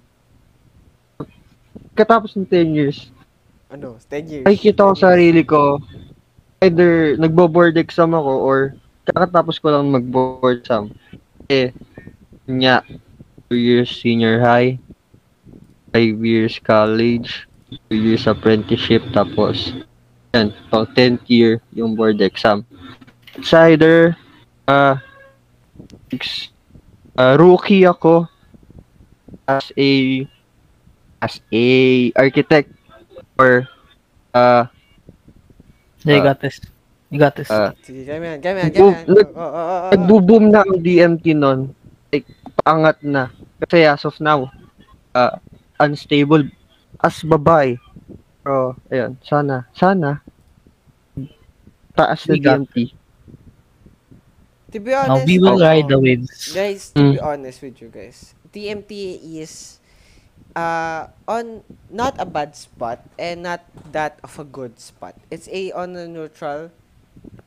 [SPEAKER 2] katapos ng 10 years,
[SPEAKER 3] Ano? 10 years.
[SPEAKER 2] nakikita ko sa sarili ko, either nagbo-board exam ako or kakatapos ko lang mag-board exam. Eh, yun nga, 2 years senior high, 5 years college, 2 years apprenticeship, tapos, yan, pang 10th year yung board exam. It's either, ah, ex- ah, rookie ako as a as a architect or ah
[SPEAKER 1] Yeah, you
[SPEAKER 2] Ah.
[SPEAKER 1] got this. You got this.
[SPEAKER 2] Ah.
[SPEAKER 3] Sige, gamyan, gamyan,
[SPEAKER 2] Boom.
[SPEAKER 3] gamyan. Oo, oo, oo, oo.
[SPEAKER 2] Nagbo-boom na ang DMT nun. Like, paangat na. Kasi as of now, uh, unstable as babae. Pero, ayun, sana, sana, taas na
[SPEAKER 1] Sigat.
[SPEAKER 2] DMT.
[SPEAKER 3] To be honest,
[SPEAKER 1] Now, we will
[SPEAKER 3] oo.
[SPEAKER 1] ride the waves.
[SPEAKER 3] Guys, to
[SPEAKER 2] Mm.
[SPEAKER 3] be honest with you guys, TMT is uh on not a bad spot and not that of a good spot. It's a on a neutral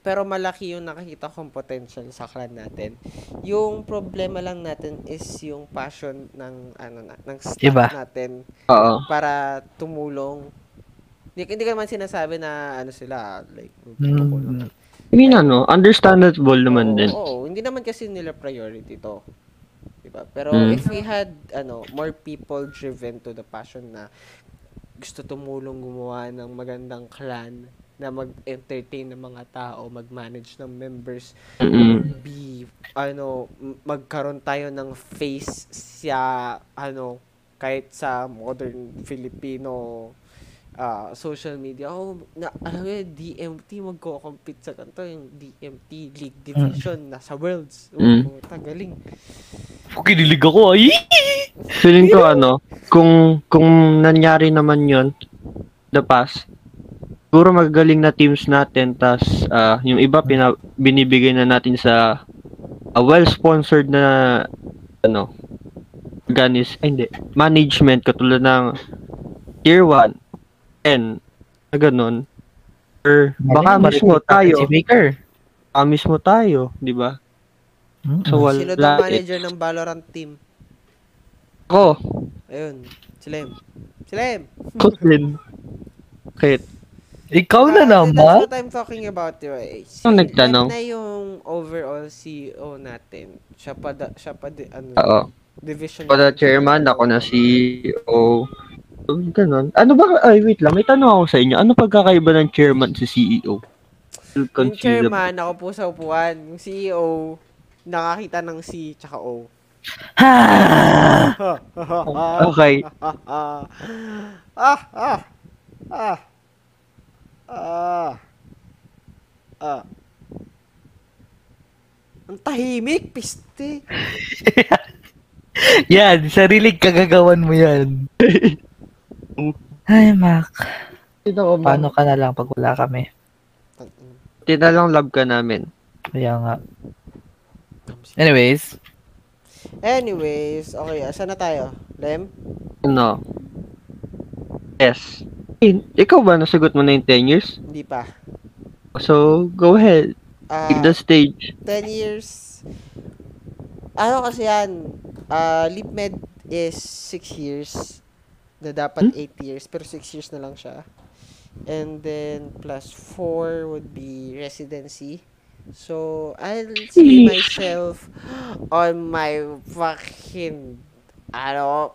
[SPEAKER 3] pero malaki yung nakakita kong potential sa clan natin. Yung problema lang natin is yung passion ng ano na, ng staff
[SPEAKER 1] Iba.
[SPEAKER 3] natin
[SPEAKER 2] Oo.
[SPEAKER 3] para tumulong. Hindi, hindi ko naman sinasabi na ano sila like tumulong.
[SPEAKER 1] Mm,
[SPEAKER 2] I mean, ano, understandable naman
[SPEAKER 3] Oo,
[SPEAKER 2] din.
[SPEAKER 3] Oo, hindi naman kasi nila priority to. Diba? Pero
[SPEAKER 2] Mm.
[SPEAKER 3] if we had ano, more people driven to the passion na gusto tumulong gumawa ng magandang clan na mag-entertain ng mga tao, mag-manage ng members,
[SPEAKER 2] Mm-mm.
[SPEAKER 3] be ano m- magkaroon tayo ng face sa ano kahit sa modern Filipino ah, social media oh na alam mo yun, DMT magko-compete sa kanto yung DMT League
[SPEAKER 1] Mm.
[SPEAKER 3] Division nasa Worlds oh,
[SPEAKER 2] Mm.
[SPEAKER 3] puta, galing
[SPEAKER 1] Kinilig ako, ay!
[SPEAKER 2] Feeling ko, ano, kung, kung nangyari naman yon the past, siguro magagaling na teams natin, tas ah, yung iba pina, binibigay na natin sa ah, well-sponsored na ano, organis, ay, hindi, management katulad ng tier 1, N, na ganun. Or baka
[SPEAKER 1] Galing, marirecruit
[SPEAKER 2] mismo
[SPEAKER 1] natin
[SPEAKER 2] tayo,
[SPEAKER 1] Si Baker.
[SPEAKER 2] baka mismo tayo, di ba?
[SPEAKER 1] Mm-mm.
[SPEAKER 2] So, wala. eh.
[SPEAKER 3] Sino tong manager ng Valorant team?
[SPEAKER 2] Ako,
[SPEAKER 3] Ayun, sila yun. Sila yun.
[SPEAKER 2] Kotlin. Kate,
[SPEAKER 1] Ikaw na
[SPEAKER 3] Ah,
[SPEAKER 1] naman.
[SPEAKER 3] That's what I'm talking about, di ba? Eh, Si
[SPEAKER 2] Ano nagtanong?
[SPEAKER 3] Ed na yung overall CEO natin. Siya pa, da, siya pa, di, ano,
[SPEAKER 2] oo.
[SPEAKER 3] division.
[SPEAKER 2] Ako na chairman, ako na CEO. Um, Ganun. Ano ba? Ay, wait lang. May tanong ako sa inyo. Ano pagkakaiba ng chairman sa E CEO? Still
[SPEAKER 3] Yung
[SPEAKER 2] confused ako.
[SPEAKER 3] chairman, ako po sa upuan. Yung CEO, nakakita ng C tsaka O.
[SPEAKER 1] Ha!
[SPEAKER 2] Okay.
[SPEAKER 3] ah, ah, ah, ah, ah, ah, ah. Ang tahimik, piste.
[SPEAKER 1] Yan, sariling kagagawan mo yan. Ay, Mac. Paano ka na lang pag wala kami?
[SPEAKER 2] Tinalang lab ka namin.
[SPEAKER 1] Kaya nga. Eh. Anyways,
[SPEAKER 3] Anyways, okay, asan na tayo? Lem?
[SPEAKER 2] Ano? Yes. In, ikaw ba nasagot mo na yung 10 years?
[SPEAKER 3] Hindi pa.
[SPEAKER 2] So, go ahead.
[SPEAKER 3] Ah,
[SPEAKER 2] Take the stage.
[SPEAKER 3] 10 years. Ano kasi yan? Ah, LeapMed is 6 years. Na dapat 8 years. Pero 6 years na lang siya. And then, plus 4 would be residency. So, I'll see myself on my fucking, ano,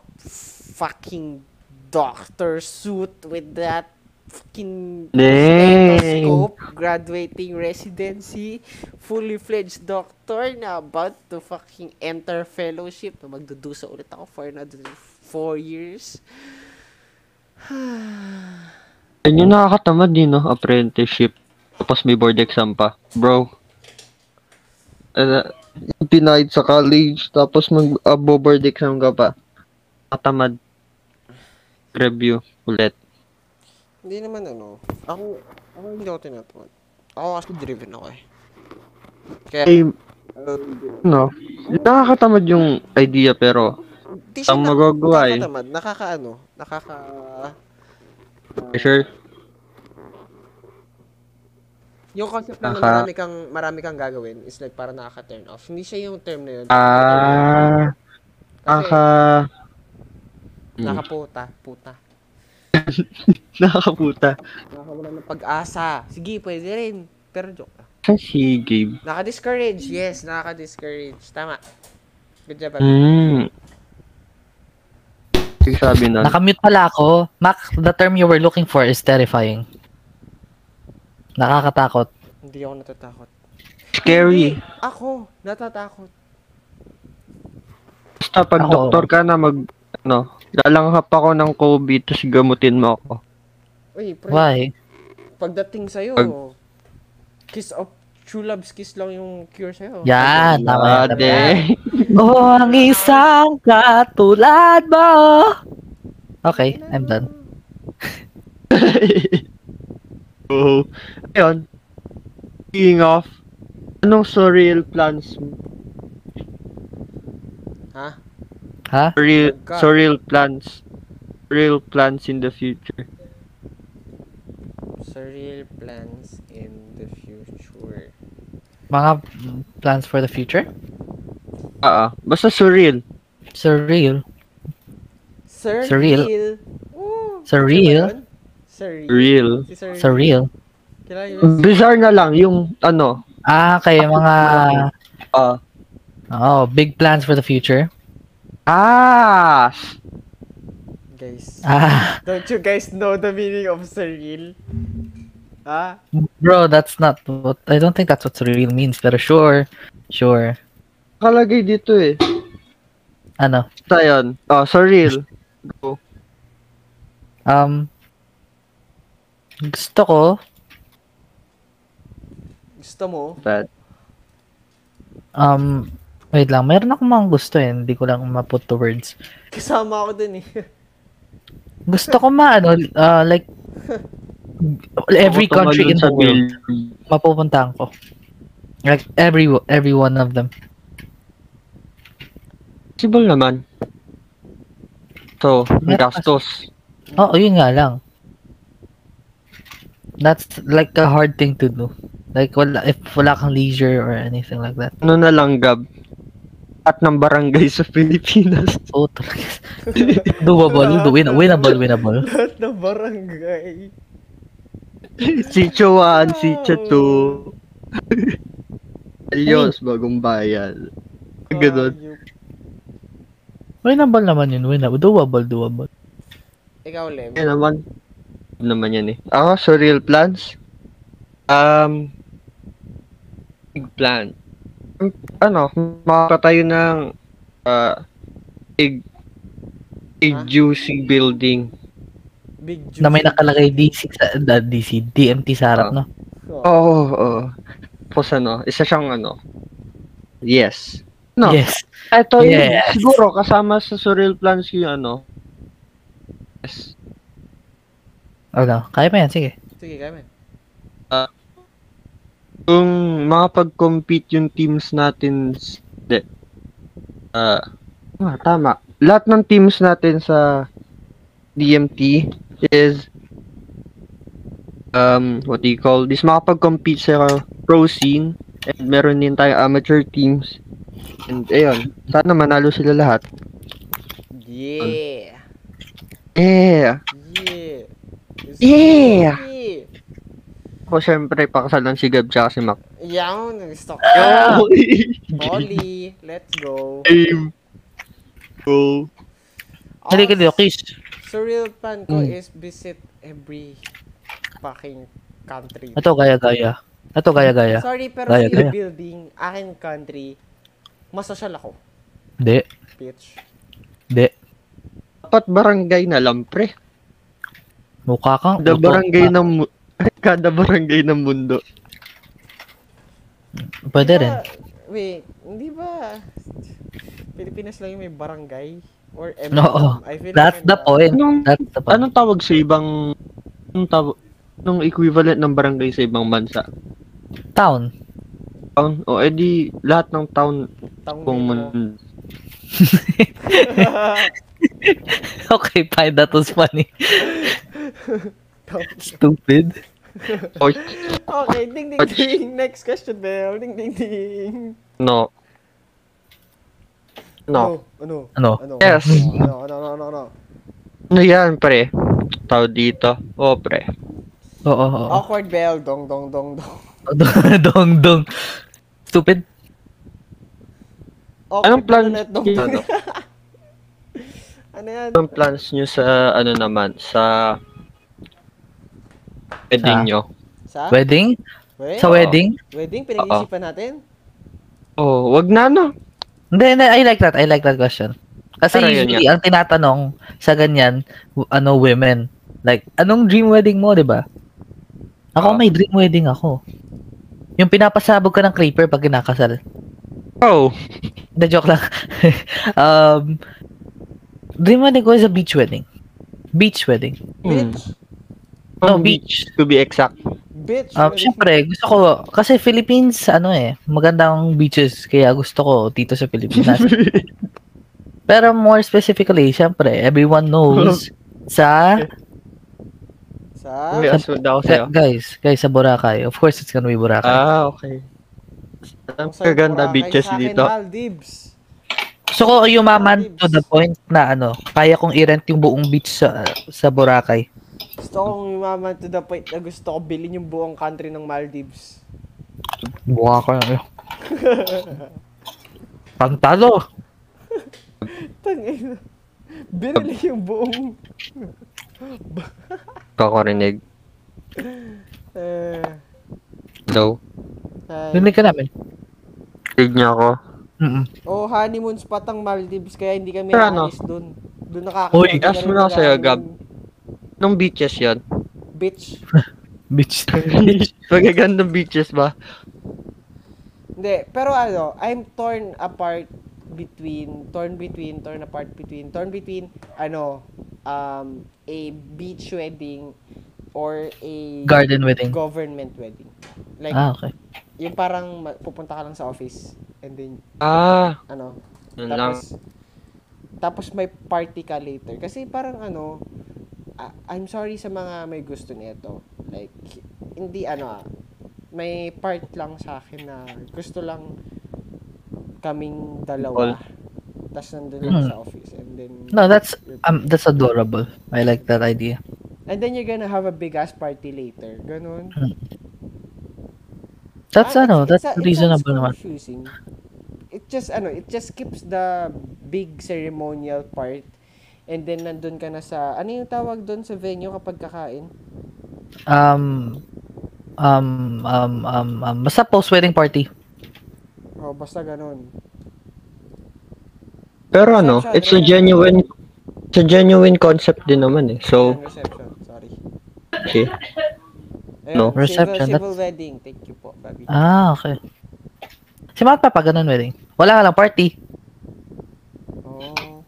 [SPEAKER 3] fucking doctor suit with that fucking
[SPEAKER 2] Dang.
[SPEAKER 3] stethoscope, graduating residency, fully fledged doctor na about to fucking enter fellowship na magdudusa ulit ako for another four years.
[SPEAKER 2] Yan yung nakakatamad din, no? Apprenticeship. Tapos may board exam pa. Bro. Uh, denied sa college. Tapos mag-board exam ka pa. Nakatamad. Review ulit.
[SPEAKER 3] Hindi naman ano. Ako, ako hindi ako tinatamad. Ako kasi driven ako eh. Kaya,
[SPEAKER 2] Ay, no. Nakakatamad yung idea pero
[SPEAKER 3] di siya
[SPEAKER 2] ang
[SPEAKER 3] na-
[SPEAKER 2] magagawa eh.
[SPEAKER 3] nakakatamad, Nakakaano, nakaka...
[SPEAKER 2] sure.
[SPEAKER 3] Yung concept na
[SPEAKER 2] Nakaka-
[SPEAKER 3] marami kang, marami kang gagawin is like para nakaka-turn off. Hindi siya yung term na yun.
[SPEAKER 2] Ah,
[SPEAKER 3] Kasi,
[SPEAKER 2] naka... Naka...
[SPEAKER 3] nakaputa, puta.
[SPEAKER 2] Nakaputa.
[SPEAKER 3] Nakawala ng pag-asa. Sige, pwede rin. Pero joke lang.
[SPEAKER 2] Kasi game.
[SPEAKER 3] Nakaka-discourage. Yes, nakaka-discourage. Tama. Good job, Abby.
[SPEAKER 2] Hmm. Yung sabi nun.
[SPEAKER 1] nakamute pala ako. Mac, the term you were looking for is terrifying. Nakakatakot.
[SPEAKER 3] Hindi ako natatakot.
[SPEAKER 2] Scary.
[SPEAKER 3] Hindi, Ako, natatakot.
[SPEAKER 2] Basta Ah, pag
[SPEAKER 1] Ako.
[SPEAKER 2] doktor ka na mag, ano, lalanghap ako ng COVID, tapos gamutin mo ako.
[SPEAKER 3] Uy, pre,
[SPEAKER 1] Why?
[SPEAKER 3] pagdating sa'yo,
[SPEAKER 2] Pag-
[SPEAKER 3] kiss of true love's kiss lang yung cure sa'yo.
[SPEAKER 1] Yan, tama yan. tama
[SPEAKER 2] Ade.
[SPEAKER 1] yan. Oh, ang isang katulad mo. Okay, I'm done.
[SPEAKER 2] Oo. Ayun. Speaking of, anong surreal plans mo?
[SPEAKER 3] Ha?
[SPEAKER 1] Ha?
[SPEAKER 2] Surreal,
[SPEAKER 3] Pagka-
[SPEAKER 2] surreal plans. Real plans in the future.
[SPEAKER 3] Surreal plans in the future.
[SPEAKER 1] Mga plans for the future?
[SPEAKER 2] Oo. Ah, Basta surreal.
[SPEAKER 1] Surreal.
[SPEAKER 3] Surreal.
[SPEAKER 1] Surreal.
[SPEAKER 3] Woo!
[SPEAKER 1] Surreal?
[SPEAKER 3] Ano ba yun? Surreal.
[SPEAKER 2] Real.
[SPEAKER 3] Si Surreal.
[SPEAKER 1] Surreal.
[SPEAKER 3] Kilala niyo yun?
[SPEAKER 2] Bizarre na lang yung, ano,
[SPEAKER 1] Ah, kay mga...
[SPEAKER 2] ah.
[SPEAKER 1] Oh, big plans for the future.
[SPEAKER 2] ah, s-
[SPEAKER 3] Guys.
[SPEAKER 1] Ah,
[SPEAKER 3] Don't you guys know the meaning of surreal? Ah?
[SPEAKER 1] bro, that's not what... I don't think that's what surreal means, pero sure. Sure.
[SPEAKER 2] kalagay dito eh.
[SPEAKER 1] Ano?
[SPEAKER 2] Basta yun. Oh, surreal. Go.
[SPEAKER 1] Um, gusto ko...
[SPEAKER 3] Gusto mo?
[SPEAKER 2] Bad.
[SPEAKER 1] Um, wait lang. Meron akong mga gusto eh. Hindi ko lang ma-put to words.
[SPEAKER 3] Kasama ako dun eh.
[SPEAKER 1] Gusto ko ma, ano, uh, like, every
[SPEAKER 2] Ako
[SPEAKER 1] country in
[SPEAKER 2] tumalon sa
[SPEAKER 1] the world,
[SPEAKER 2] building.
[SPEAKER 1] mapupuntahan ko. Like, every, every one of them.
[SPEAKER 2] Possible naman. So, ang gastos.
[SPEAKER 1] Oo, yun nga lang. That's like a hard thing to do. Like, wala, if wala kang leisure or anything like that.
[SPEAKER 2] Ano na lang, Gab? At ng barangay sa Pilipinas.
[SPEAKER 1] Oh, talaga. Doable, do, win, winnable, winnable.
[SPEAKER 3] Lahat na barangay.
[SPEAKER 2] Sitio 1, Sitio 2. Alios, bagong bayan. Ganun.
[SPEAKER 3] Ayup.
[SPEAKER 1] Winnable naman yun, winnable. Doable, doable.
[SPEAKER 3] Ikaw, Lem.
[SPEAKER 2] Yan naman. Ano naman yan eh. Ako, so real plans? Um, big plan. Um, Ano, makapatayo ng uh, big, big
[SPEAKER 3] Ha?
[SPEAKER 2] juicy building.
[SPEAKER 3] Big juice.
[SPEAKER 1] Na may nakalagay D6, sa- da- DC, DMT sa harap, no?
[SPEAKER 3] Oh.
[SPEAKER 2] Oo, oh, oo. Tapos ano, isa siyang ano. Yes. No.
[SPEAKER 1] Yes.
[SPEAKER 2] Ito yun.
[SPEAKER 1] Yes.
[SPEAKER 2] Siguro kasama sa surreal plans yung ano. Yes.
[SPEAKER 1] Ano, kaya pa yan, sige.
[SPEAKER 3] Sige, kami.
[SPEAKER 2] Kung makapag-compete yung teams natin s- de, ah, ah, tama. Lahat ng teams natin sa DMT is um, what do you call this? Makapag-compete sa pro scene and meron din tayong amateur teams. And ayun, sana manalo sila lahat.
[SPEAKER 3] Yeah.
[SPEAKER 2] Yeah!
[SPEAKER 3] Yeah.
[SPEAKER 2] Yeah.
[SPEAKER 3] Yeah.
[SPEAKER 2] Ako syempre, pakasalan si Gab tsaka si Mac.
[SPEAKER 3] Yawn, gusto ko. Oli, let's go.
[SPEAKER 2] Game! Go!
[SPEAKER 1] Hindi ka dito, kiss.
[SPEAKER 3] Surreal plan ko
[SPEAKER 2] Mm.
[SPEAKER 3] is visit every fucking country.
[SPEAKER 1] Ito, gaya-gaya. Ito, gaya-gaya.
[SPEAKER 3] Sorry, pero
[SPEAKER 1] Kaya,
[SPEAKER 3] yung
[SPEAKER 1] kaya.
[SPEAKER 3] building, aking country, masosyal ako,
[SPEAKER 1] Hindi,
[SPEAKER 3] bitch.
[SPEAKER 1] hindi.
[SPEAKER 2] Dapat barangay na lang, pre.
[SPEAKER 1] Mukha kang
[SPEAKER 2] Kada
[SPEAKER 1] utot.
[SPEAKER 2] barangay ng mu- kada barangay ng mundo.
[SPEAKER 1] Ah, Pwede
[SPEAKER 3] Di
[SPEAKER 1] rin.
[SPEAKER 3] ba- Wait, hindi ba Pilipinas lang yung may barangay? Or M&M?
[SPEAKER 1] Oo.
[SPEAKER 3] I feel
[SPEAKER 1] That's
[SPEAKER 3] like
[SPEAKER 1] the
[SPEAKER 3] M&M.
[SPEAKER 1] point.
[SPEAKER 2] Anong-
[SPEAKER 1] That's the point.
[SPEAKER 2] Anong tawag sa ibang anong tawag anong equivalent ng barangay sa ibang bansa?
[SPEAKER 1] Town.
[SPEAKER 2] Town? O edi lahat ng town
[SPEAKER 3] Tango.
[SPEAKER 2] kung mundo.
[SPEAKER 1] Okay, fine. That was funny.
[SPEAKER 3] Tango.
[SPEAKER 1] Stupid.
[SPEAKER 2] O,
[SPEAKER 3] okay, ding ding ding. Next question, Bell. Ding ding ding.
[SPEAKER 2] no. No.
[SPEAKER 3] Ano?
[SPEAKER 1] Ano?
[SPEAKER 3] Ano?
[SPEAKER 2] Yes.
[SPEAKER 3] Ano? Ano? Ano? Ano? ano?
[SPEAKER 2] Ano yan, pre? Tawag dito. O, pre.
[SPEAKER 1] Oo, oo. oo.
[SPEAKER 3] Awkward Bell. Dong dong dong dong.
[SPEAKER 1] dong, dong. Stupid.
[SPEAKER 3] Awkward
[SPEAKER 2] Anong plan?
[SPEAKER 3] ulit, dong, dong.
[SPEAKER 2] Ano?
[SPEAKER 3] ano yan?
[SPEAKER 2] Anong plans nyo sa ano naman sa
[SPEAKER 1] Sa-
[SPEAKER 2] wedding nyo?
[SPEAKER 3] Sa?
[SPEAKER 2] Ah,
[SPEAKER 1] Wedding?
[SPEAKER 2] eh,
[SPEAKER 3] Wed-
[SPEAKER 1] Sa wedding?
[SPEAKER 3] wedding? Pinag-iisipan natin?
[SPEAKER 2] Oh, wag na no.
[SPEAKER 1] Hindi, hindi. I like that. I like that question. Kasi
[SPEAKER 2] Pero yun
[SPEAKER 1] usually, ang tinatanong sa ganyan, w- ano, women. Like, anong dream wedding mo, di ba? Ako,
[SPEAKER 2] Oo.
[SPEAKER 1] may dream wedding ako. Yung pinapasabog ka ng creeper pag kinakasal.
[SPEAKER 2] Oh,
[SPEAKER 1] Hindi, joke lang. um, dream wedding ko is a beach wedding. Beach wedding.
[SPEAKER 2] Hmm.
[SPEAKER 3] Bitch.
[SPEAKER 1] No,
[SPEAKER 2] Ang
[SPEAKER 1] beach.
[SPEAKER 2] to be exact.
[SPEAKER 3] Bitch.
[SPEAKER 1] Um,
[SPEAKER 2] Ah,
[SPEAKER 3] wedding.
[SPEAKER 1] Siyempre, gusto ko, kasi Philippines, ano eh, magandang beaches, kaya gusto ko dito sa Pilipinas. Pero more specifically, siyempre, everyone knows sa,
[SPEAKER 3] Ah, Sa?
[SPEAKER 2] May asunod ako sa'yo.
[SPEAKER 1] sa- guys, guys, sa Boracay. Of course, it's gonna be Boracay.
[SPEAKER 2] Ah, okay. Ang
[SPEAKER 3] Sa
[SPEAKER 2] kaganda
[SPEAKER 3] Boracay,
[SPEAKER 2] beaches
[SPEAKER 3] sa akin,
[SPEAKER 2] dito.
[SPEAKER 3] Maldives.
[SPEAKER 1] so, ko umaman to the point na, ano, kaya kong i-rent yung buong beach sa, sa Boracay.
[SPEAKER 3] Gusto kong umaman to the point na gusto ko bilhin yung buong country ng Maldives.
[SPEAKER 1] Boracay. Pantalo.
[SPEAKER 3] Tangina. Binili yung buong...
[SPEAKER 2] Kakarinig.
[SPEAKER 3] Eh,
[SPEAKER 2] Hello.
[SPEAKER 3] ay.
[SPEAKER 1] Rinig ka namin.
[SPEAKER 2] Tig niya ako.
[SPEAKER 1] Mm-mm.
[SPEAKER 3] Oh, honeymoon spot ang Maldives kaya hindi kami
[SPEAKER 2] Pero ano?
[SPEAKER 3] naalis doon. Doon nakakita.
[SPEAKER 1] Hoy,
[SPEAKER 2] gas mo na ako sa'yo, Gab. Nung beaches yon.
[SPEAKER 3] Bitch.
[SPEAKER 1] Beach.
[SPEAKER 2] Magagandang beaches ba?
[SPEAKER 3] Hindi, pero ano, I'm torn apart between, torn between, torn apart between, torn between, ano, um, a beach wedding or a
[SPEAKER 1] Garden wedding.
[SPEAKER 3] government wedding. Like,
[SPEAKER 1] Ah, okay.
[SPEAKER 3] yung parang ma- pupunta ka lang sa office and then,
[SPEAKER 2] Ah,
[SPEAKER 3] ano,
[SPEAKER 2] yun lang.
[SPEAKER 3] tapos, Tapos may party ka later. Kasi parang ano, ah, I'm sorry sa mga may gusto nito. Like, hindi ano, ah, may part lang sa akin na gusto lang kaming dalawa. Tapos nandun lang
[SPEAKER 1] Mm.
[SPEAKER 2] Hmm.
[SPEAKER 3] sa office. And then,
[SPEAKER 1] No, that's um that's adorable. I like that idea.
[SPEAKER 3] and then you're gonna have a big ass party later. Ganun.
[SPEAKER 1] That's
[SPEAKER 3] Ah,
[SPEAKER 1] ano,
[SPEAKER 3] it's-
[SPEAKER 1] that's
[SPEAKER 3] it's- it sounds
[SPEAKER 1] reasonable naman.
[SPEAKER 3] confusing. It just ano, it just keeps the big ceremonial part and then nandun ka na sa ano yung tawag doon sa venue kapag kakain?
[SPEAKER 1] Um um um um, um basta post wedding party.
[SPEAKER 3] Oh, basta ganun.
[SPEAKER 2] Pero ano,
[SPEAKER 3] Reception,
[SPEAKER 2] it's a
[SPEAKER 3] reception.
[SPEAKER 2] genuine it's a genuine concept din naman eh. So,
[SPEAKER 3] Yung reception, sorry.
[SPEAKER 2] okay.
[SPEAKER 3] Ayun,
[SPEAKER 2] No.
[SPEAKER 3] civil-
[SPEAKER 1] Reception,
[SPEAKER 3] Civil,
[SPEAKER 1] that's-
[SPEAKER 3] wedding. Thank you po, Bobby.
[SPEAKER 1] Ah, okay. Si Matt pa ganun wedding. Wala ka lang party.
[SPEAKER 3] Oh.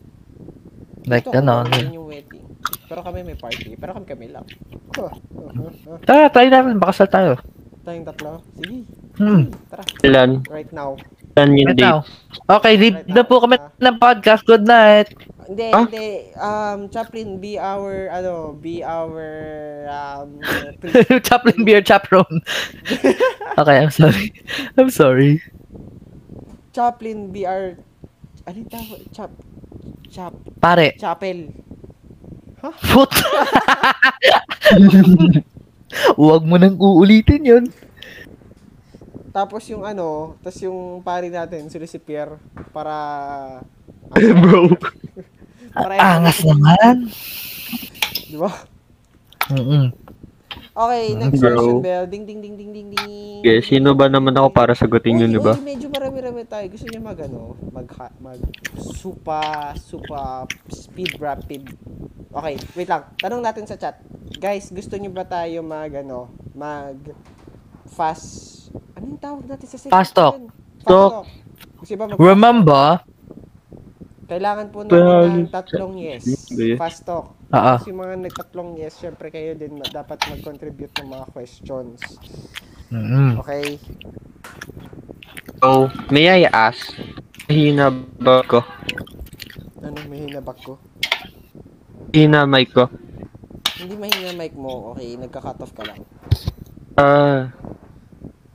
[SPEAKER 1] Like
[SPEAKER 3] Ito,
[SPEAKER 1] ganon.
[SPEAKER 3] kami yung wedding. Pero kami may party. Pero kami kami lang.
[SPEAKER 1] Hmm.
[SPEAKER 3] Huh, huh, huh, huh.
[SPEAKER 1] Tara, try namin. Bakasal tayo.
[SPEAKER 3] Tayong tatlo. Sige.
[SPEAKER 1] Hmm.
[SPEAKER 3] Tara.
[SPEAKER 2] Ilan?
[SPEAKER 3] Right now.
[SPEAKER 2] Ilan yung
[SPEAKER 1] Right
[SPEAKER 2] date?
[SPEAKER 1] now. Okay, leave
[SPEAKER 3] Right
[SPEAKER 1] na
[SPEAKER 3] now.
[SPEAKER 1] po kami
[SPEAKER 3] Ah.
[SPEAKER 1] ng podcast. Good night.
[SPEAKER 3] Hindi,
[SPEAKER 2] Ah?
[SPEAKER 3] hindi. Um, Chaplin, be our, ano, be our, um, priest.
[SPEAKER 1] Chaplin beer chaperone. okay, I'm sorry. I'm sorry.
[SPEAKER 3] Chaplin, be our, ano yung tawag? Chap, chap,
[SPEAKER 1] Pare.
[SPEAKER 3] chapel.
[SPEAKER 1] Put. Huwag mo nang uulitin yun.
[SPEAKER 3] Tapos yung ano, tapos yung pari natin, sila si Pierre, para,
[SPEAKER 2] Bro.
[SPEAKER 3] para,
[SPEAKER 1] Angas naman.
[SPEAKER 3] di ba?
[SPEAKER 1] Mm-mm.
[SPEAKER 3] Okay, next
[SPEAKER 2] Bro.
[SPEAKER 3] question, Bell. Ding, ding, ding, ding, ding, ding.
[SPEAKER 2] Okay, sino ba naman ako para sagutin yun,
[SPEAKER 3] Uy,
[SPEAKER 2] di ba?
[SPEAKER 3] uy, medyo marami-rami tayo. Gusto niya mag, ano, mag, mag, supa, supa, speed rapid. Okay, wait lang. Tanong natin sa chat. Guys, gusto niyo ba tayo mag, ano, mag, fast, anong tawag natin sa segment?
[SPEAKER 1] Fast talk.
[SPEAKER 3] yun? Fast
[SPEAKER 2] Talk.
[SPEAKER 3] talk. Gusto ba mag,
[SPEAKER 1] Remember?
[SPEAKER 3] kailangan po
[SPEAKER 2] Well,
[SPEAKER 3] natin ng tatlong yes.
[SPEAKER 2] Hindi.
[SPEAKER 3] Fast talk.
[SPEAKER 1] Oo.
[SPEAKER 3] Kasi mga nagtatlong yes, syempre kayo din ma- dapat mag-contribute ng mga questions.
[SPEAKER 1] Mm-mm.
[SPEAKER 3] Okay?
[SPEAKER 2] So, may I ask? Hina ba ko?
[SPEAKER 3] Ano, may hinabak ko?
[SPEAKER 2] Hina mic ko?
[SPEAKER 3] Hindi mahina mic mo. Okay, nagka-cut off ka lang.
[SPEAKER 2] Ah,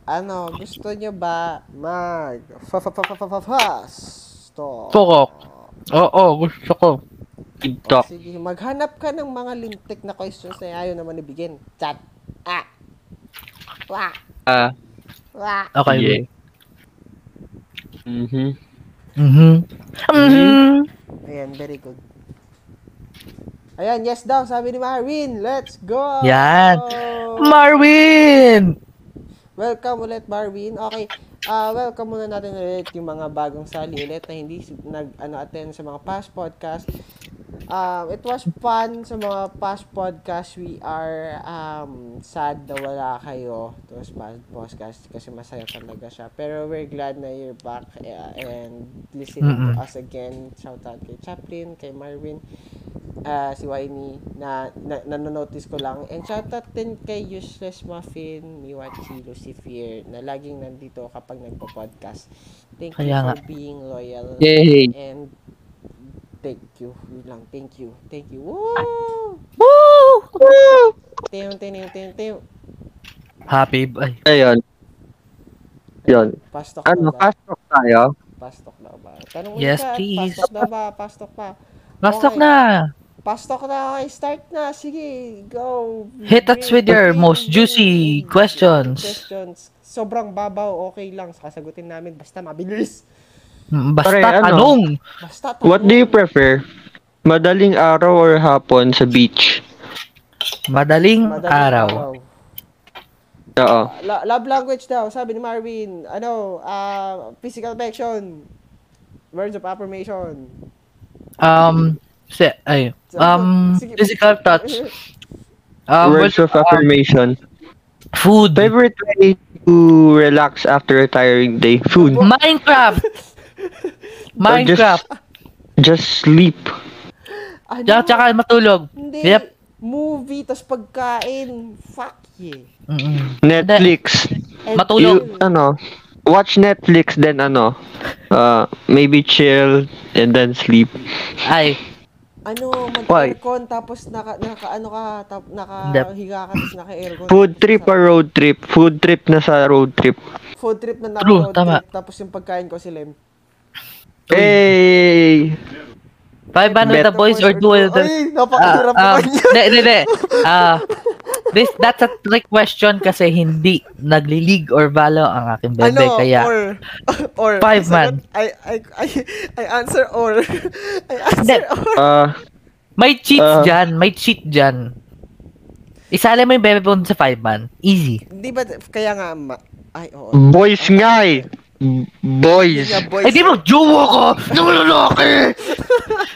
[SPEAKER 3] Ano, gusto nyo ba mag fa fa fa fa fa fa fast talk?
[SPEAKER 1] Tukok. Oo, gusto ko.
[SPEAKER 2] deep talk.
[SPEAKER 3] Sige, maghanap ka ng mga lintik na questions na ayaw naman ibigin. Chat. Ah. Wah.
[SPEAKER 2] Ah,
[SPEAKER 3] Wah.
[SPEAKER 1] Okay.
[SPEAKER 2] yeah. Mhm.
[SPEAKER 1] Mm-hmm. Mm-hmm.
[SPEAKER 3] Ayan, very good. Ayan, yes daw, sabi ni Marvin. Let's go!
[SPEAKER 1] Yan. Marvin!
[SPEAKER 3] Welcome ulit, Marvin. Okay, ah welcome muna natin ulit yung mga bagong sali ulit na hindi si- nag ano attend sa mga past podcast. Um, it was fun sa mga past podcast. We are um, sad na wala kayo to sa past podcast kasi masaya talaga siya. Pero we're glad na you're back eh, and listening to
[SPEAKER 1] Mm-mm.
[SPEAKER 3] us again. Shout out kay Chaplin, kay Marvin, ah, si Winey na, na nanonotice ko lang. And shoutout din kay Useless Muffin, Miwachi, Lucifer na laging nandito kapag nagpo-podcast. Thank
[SPEAKER 1] Kaya
[SPEAKER 3] you
[SPEAKER 1] nga.
[SPEAKER 3] for being loyal.
[SPEAKER 2] Yay.
[SPEAKER 3] And thank you. Yun lang. Thank you. Thank you. Woo!
[SPEAKER 2] Woo!
[SPEAKER 3] Tim, tim, tim, tim, tim.
[SPEAKER 1] Happy, ay,
[SPEAKER 2] Ayun. Yun.
[SPEAKER 3] Pastok
[SPEAKER 2] Ano,
[SPEAKER 3] na ba?
[SPEAKER 2] fast talk tayo?
[SPEAKER 3] Pastok na ba? Tanong
[SPEAKER 1] Yes,
[SPEAKER 3] ka.
[SPEAKER 1] please.
[SPEAKER 3] Pastok na ba? Pastok pa.
[SPEAKER 1] last
[SPEAKER 3] Okay.
[SPEAKER 1] na.
[SPEAKER 3] Pastok na. Okay, start na. Sige, go.
[SPEAKER 1] Hit us with your most juicy questions.
[SPEAKER 3] Questions. Sobrang babaw. Okay lang. Sasagutin namin. Basta mabilis.
[SPEAKER 1] Mm, Basta
[SPEAKER 2] Pare, ano?
[SPEAKER 1] tanong.
[SPEAKER 3] Basta tanong.
[SPEAKER 2] What do you prefer? Madaling araw or hapon sa beach?
[SPEAKER 1] Madaling,
[SPEAKER 3] Madaling
[SPEAKER 1] araw.
[SPEAKER 2] Oo.
[SPEAKER 3] La- love language daw, sabi ni Marvin. Ano, ah, physical affection. Words of affirmation.
[SPEAKER 1] Um, si, ay, um,
[SPEAKER 3] Sige.
[SPEAKER 1] physical touch. Um,
[SPEAKER 2] Words of affirmation.
[SPEAKER 1] food.
[SPEAKER 2] Favorite way to relax after a tiring day? Food.
[SPEAKER 1] Minecraft.
[SPEAKER 2] Or just-
[SPEAKER 1] Minecraft.
[SPEAKER 2] Just sleep.
[SPEAKER 3] Ano?
[SPEAKER 1] Tsaka, tsaka matulog.
[SPEAKER 3] Hindi.
[SPEAKER 1] Yep.
[SPEAKER 3] Movie, tas pagkain. Fuck yeah.
[SPEAKER 1] Mm-mm.
[SPEAKER 2] Netflix.
[SPEAKER 3] And
[SPEAKER 1] Matulog.
[SPEAKER 2] You, ano? watch Netflix then ano, uh, maybe chill and then sleep.
[SPEAKER 1] Ay,
[SPEAKER 3] Ano,
[SPEAKER 2] Why?
[SPEAKER 3] mag-aircon, tapos naka, naka, ano ka, tap, nakahiga ka, tapos naka-aircon.
[SPEAKER 2] Food trip or road trip? Food trip na sa road trip.
[SPEAKER 3] Food trip na
[SPEAKER 1] True,
[SPEAKER 3] naka-road
[SPEAKER 1] tama.
[SPEAKER 3] trip, tapos yung pagkain ko si Lem.
[SPEAKER 2] Hey!
[SPEAKER 1] five band with the
[SPEAKER 2] Bet.
[SPEAKER 1] boys or duel with the...
[SPEAKER 3] Ay,
[SPEAKER 1] Ah,
[SPEAKER 3] napakahirap
[SPEAKER 1] ah,
[SPEAKER 3] naman yun.
[SPEAKER 1] Hindi, hindi, hindi. Ah, this, that's a trick question kasi hindi naglilig or balo ang aking bebe.
[SPEAKER 3] ano,
[SPEAKER 1] kaya,
[SPEAKER 3] or, or,
[SPEAKER 1] Five
[SPEAKER 3] sagot-
[SPEAKER 1] man.
[SPEAKER 3] I, I, I, I answer or. I answer or.
[SPEAKER 2] Uh,
[SPEAKER 1] may cheats
[SPEAKER 2] Ah.
[SPEAKER 1] dyan. May cheat dyan. Isali mo yung bebe mo sa five man. Easy.
[SPEAKER 3] Di ba, kaya nga, ma- ay, oo.
[SPEAKER 2] boys nga eh!
[SPEAKER 3] Yun
[SPEAKER 2] Boys!
[SPEAKER 3] nga, boys.
[SPEAKER 1] Eh, Mm. di mo, jowa ko! Nung lalaki!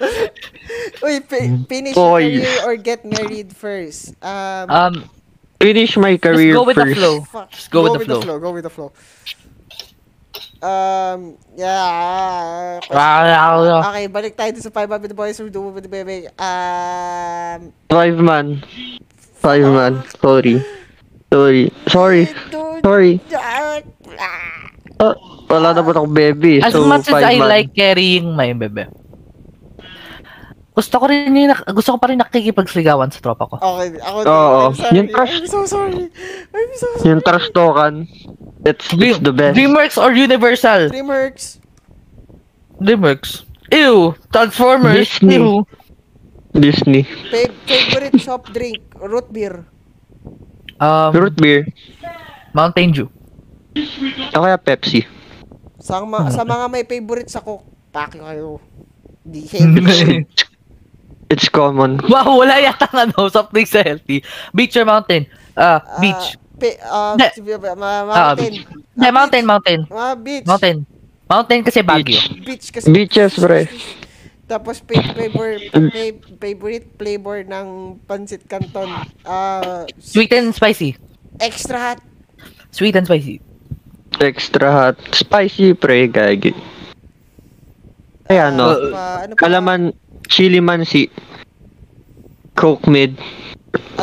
[SPEAKER 3] Uy, fi- finish your
[SPEAKER 2] Boys.
[SPEAKER 3] career or get married first. Um,
[SPEAKER 1] Um,
[SPEAKER 2] Finish my
[SPEAKER 1] just
[SPEAKER 2] career
[SPEAKER 1] go with the
[SPEAKER 2] first.
[SPEAKER 1] flow.
[SPEAKER 3] fuck.
[SPEAKER 1] Just go, with the flow.
[SPEAKER 3] Go with the flow. Um, yeah.
[SPEAKER 1] Ah, ah, ah.
[SPEAKER 3] Okay, balik tayo dun sa Five Up with the Boys or Duo with the Baby. Um,
[SPEAKER 2] Five man. Five man. Sorry. Sorry. Sorry.
[SPEAKER 3] dude,
[SPEAKER 2] Sorry.
[SPEAKER 3] ah, ah.
[SPEAKER 2] Ah, wala naman akong baby.
[SPEAKER 1] As
[SPEAKER 2] so,
[SPEAKER 1] much as I
[SPEAKER 2] five man.
[SPEAKER 1] like carrying my bebe. Gusto ko rin yung, nak- gusto ko pa rin nakikipagsigawan sa tropa ko.
[SPEAKER 3] Okay, ako din.
[SPEAKER 2] Oo.
[SPEAKER 3] I'm sorry.
[SPEAKER 2] Yung crush-
[SPEAKER 3] I'm so sorry. I'm so sorry.
[SPEAKER 2] Yung trash token, it's, it's the best.
[SPEAKER 1] DreamWorks or Universal?
[SPEAKER 3] Dreamworks.
[SPEAKER 1] DreamWorks. Ew! Transformers.
[SPEAKER 2] Disney.
[SPEAKER 1] Ew.
[SPEAKER 2] Disney.
[SPEAKER 3] Fa- favorite shop drink. Root beer.
[SPEAKER 1] Um,
[SPEAKER 2] Root beer.
[SPEAKER 1] Mountain Dew.
[SPEAKER 2] O kaya Pepsi.
[SPEAKER 3] Sa,
[SPEAKER 1] Oh.
[SPEAKER 3] ma- sa mga may favorite sa Coke, paki kayo. Di
[SPEAKER 1] Mm-hmm.
[SPEAKER 3] healthy.
[SPEAKER 2] It's, it's common.
[SPEAKER 1] wow, wala yata ng ano, something sa healthy. Beach or mountain? Ah,
[SPEAKER 3] Ah,
[SPEAKER 1] beach.
[SPEAKER 3] Pe- uh,
[SPEAKER 1] Hindi. Ah,
[SPEAKER 3] ma- mountain.
[SPEAKER 1] beach. Hindi, mountain, mountain.
[SPEAKER 3] Ah, beach.
[SPEAKER 1] Mountain. Mountain kasi Baguio.
[SPEAKER 2] Beach.
[SPEAKER 3] Beach kasi.
[SPEAKER 2] Beaches, pre.
[SPEAKER 3] Tapos pa- favor, pa- favorite flavor ng pancit canton. Ah,
[SPEAKER 1] Sweet and spicy.
[SPEAKER 3] extra hot.
[SPEAKER 1] Sweet and spicy.
[SPEAKER 2] Extra hot. Spicy, pre. Gagi. Kaya
[SPEAKER 3] Ah,
[SPEAKER 2] ano,
[SPEAKER 1] Uh,
[SPEAKER 3] pa- ano pa?
[SPEAKER 2] kalaman, chili mansi. Coke mid.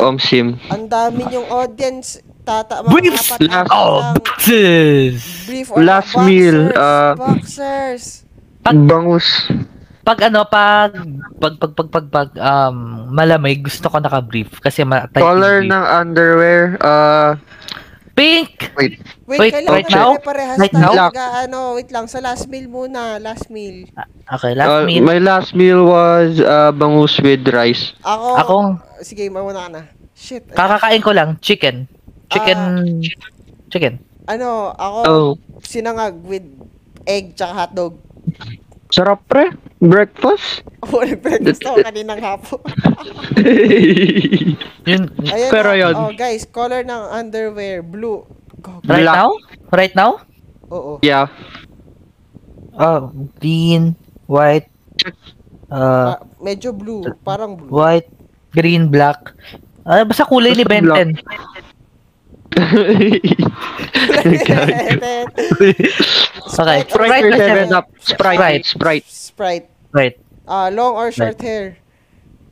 [SPEAKER 2] Omsim.
[SPEAKER 3] Ang dami yung audience. Tata, mga
[SPEAKER 1] Briefs!
[SPEAKER 3] apat
[SPEAKER 2] Last-
[SPEAKER 3] ang
[SPEAKER 1] Oh,
[SPEAKER 3] isang
[SPEAKER 1] boxes!
[SPEAKER 3] brief or
[SPEAKER 2] Last
[SPEAKER 3] boxers,
[SPEAKER 2] meal, ah.
[SPEAKER 3] boxers.
[SPEAKER 1] Pag-
[SPEAKER 2] Bangus.
[SPEAKER 1] Pag ano, pag, pag, pag, pag, pag, pag, um, malamig, gusto ko naka-brief kasi ma- type
[SPEAKER 2] Color
[SPEAKER 1] yung brief.
[SPEAKER 2] ng underwear. Uh,
[SPEAKER 1] Pink!
[SPEAKER 3] Wait,
[SPEAKER 1] Wait,
[SPEAKER 3] kailangan
[SPEAKER 1] right now?
[SPEAKER 3] pare-parehas
[SPEAKER 1] Right
[SPEAKER 3] tayo.
[SPEAKER 2] now?
[SPEAKER 3] Taga, ano, wait lang. Sa last meal muna. Last meal.
[SPEAKER 1] Okay, last
[SPEAKER 2] uh,
[SPEAKER 1] meal.
[SPEAKER 2] My last meal was uh, bangus with rice.
[SPEAKER 3] Ako.
[SPEAKER 1] Akong,
[SPEAKER 3] Sige, mauna ka na. Shit.
[SPEAKER 1] kakakain ko lang, chicken. Chicken, chicken.
[SPEAKER 3] Ano, ako.
[SPEAKER 2] Oh,
[SPEAKER 3] sinangag with egg tsaka hotdog.
[SPEAKER 2] sarap pre. Breakfast.
[SPEAKER 3] Oh, breakfast ako kaninang hapon.
[SPEAKER 1] Yun,
[SPEAKER 3] Ayan
[SPEAKER 2] Pero
[SPEAKER 3] na.
[SPEAKER 2] yun.
[SPEAKER 3] Oh, guys, color ng underwear, blue. Gog.
[SPEAKER 1] right
[SPEAKER 2] Black.
[SPEAKER 1] now? Right now?
[SPEAKER 3] Oo.
[SPEAKER 2] yeah.
[SPEAKER 1] Oh, green, white, uh,
[SPEAKER 3] Ah, medyo blue, parang blue.
[SPEAKER 1] white, green, black. Ah, basta kulay ni
[SPEAKER 2] Basta
[SPEAKER 1] Ben
[SPEAKER 2] black.
[SPEAKER 1] 10. Okay. Sprite
[SPEAKER 3] Sprite, Sprite
[SPEAKER 1] or
[SPEAKER 3] or
[SPEAKER 1] Seven
[SPEAKER 3] Seven Up?
[SPEAKER 2] Sprite. Sprite.
[SPEAKER 3] Sprite.
[SPEAKER 1] Right.
[SPEAKER 3] Ah, long or short hair?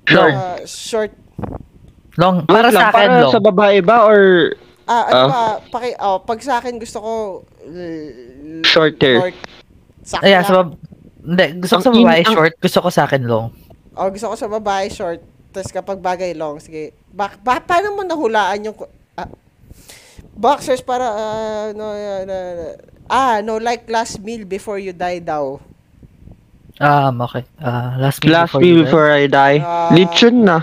[SPEAKER 2] Sure.
[SPEAKER 1] Long.
[SPEAKER 3] Ah, short.
[SPEAKER 1] Long. Para
[SPEAKER 2] Wait lang,
[SPEAKER 1] sa akin,
[SPEAKER 2] para
[SPEAKER 1] long.
[SPEAKER 2] sa babae ba or
[SPEAKER 3] Ah, ano
[SPEAKER 2] Ah.
[SPEAKER 3] pa? Paki, oh, pag sa akin gusto ko l-
[SPEAKER 2] Short hair.
[SPEAKER 3] Short. Sakto
[SPEAKER 1] Ayan,
[SPEAKER 3] lang.
[SPEAKER 1] sa bab- Hindi, gusto ko
[SPEAKER 2] Ang
[SPEAKER 1] sa babae
[SPEAKER 2] in- ang-
[SPEAKER 1] short. Gusto ko sa akin long.
[SPEAKER 3] Oh, gusto ko sa babae short. Tapos kapag bagay long, sige. Bak ba paano mo nahulaan yung ku- ah, boxers para ah, no, ah, na- na- ah, no like last meal before you die daw.
[SPEAKER 1] Um, okay. Ah, last meal
[SPEAKER 2] last
[SPEAKER 1] before
[SPEAKER 2] meal
[SPEAKER 1] you
[SPEAKER 2] before I die?
[SPEAKER 3] Ah.
[SPEAKER 2] Lechon na.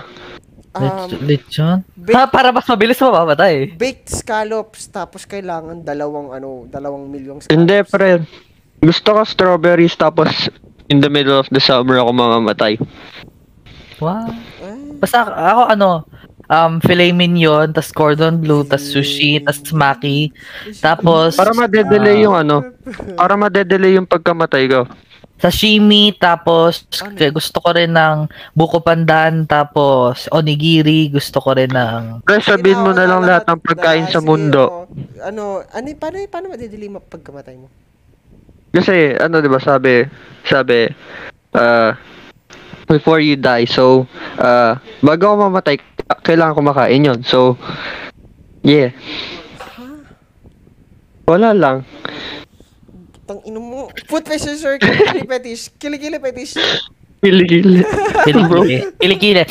[SPEAKER 1] Um,
[SPEAKER 3] Um,
[SPEAKER 1] Lechon?
[SPEAKER 3] ba-
[SPEAKER 1] Ha, Ah, para mas mabilis mamamatay.
[SPEAKER 3] baked scallops tapos kailangan dalawang ano, dalawang milyong scallops.
[SPEAKER 2] Hindi pre. Gusto ko strawberries tapos in the middle of the summer ako mamamatay.
[SPEAKER 1] Wow.
[SPEAKER 3] Ah,
[SPEAKER 1] Basta ako ano, um, filet mignon, tas cordon bleu, tas sushi, tas maki, tapos
[SPEAKER 2] Para
[SPEAKER 1] Ah.
[SPEAKER 2] madedelay yung ano. Para madedelay yung pagkamatay ko.
[SPEAKER 1] sashimi, tapos k- gusto ko rin ng buko pandan, tapos onigiri, gusto ko rin ng...
[SPEAKER 2] Pre, sabihin mo na lang
[SPEAKER 3] Ginawa
[SPEAKER 2] lahat ng
[SPEAKER 3] lahat-
[SPEAKER 2] pagkain sa
[SPEAKER 3] sige,
[SPEAKER 2] mundo.
[SPEAKER 3] oh. ano, ano, paano, paano madidili mo pagkamatay mo?
[SPEAKER 2] Kasi ano 'di ba sabi, sabi uh, before you die. So, uh, bago ako mamatay, kailangan kumakain 'yon. So, yeah. Wala lang.
[SPEAKER 3] Tang ino mo. Foot fetish or kilikili fetish? Kilikili fetish.
[SPEAKER 2] Kiligil.
[SPEAKER 1] Kilikili. Kilikili.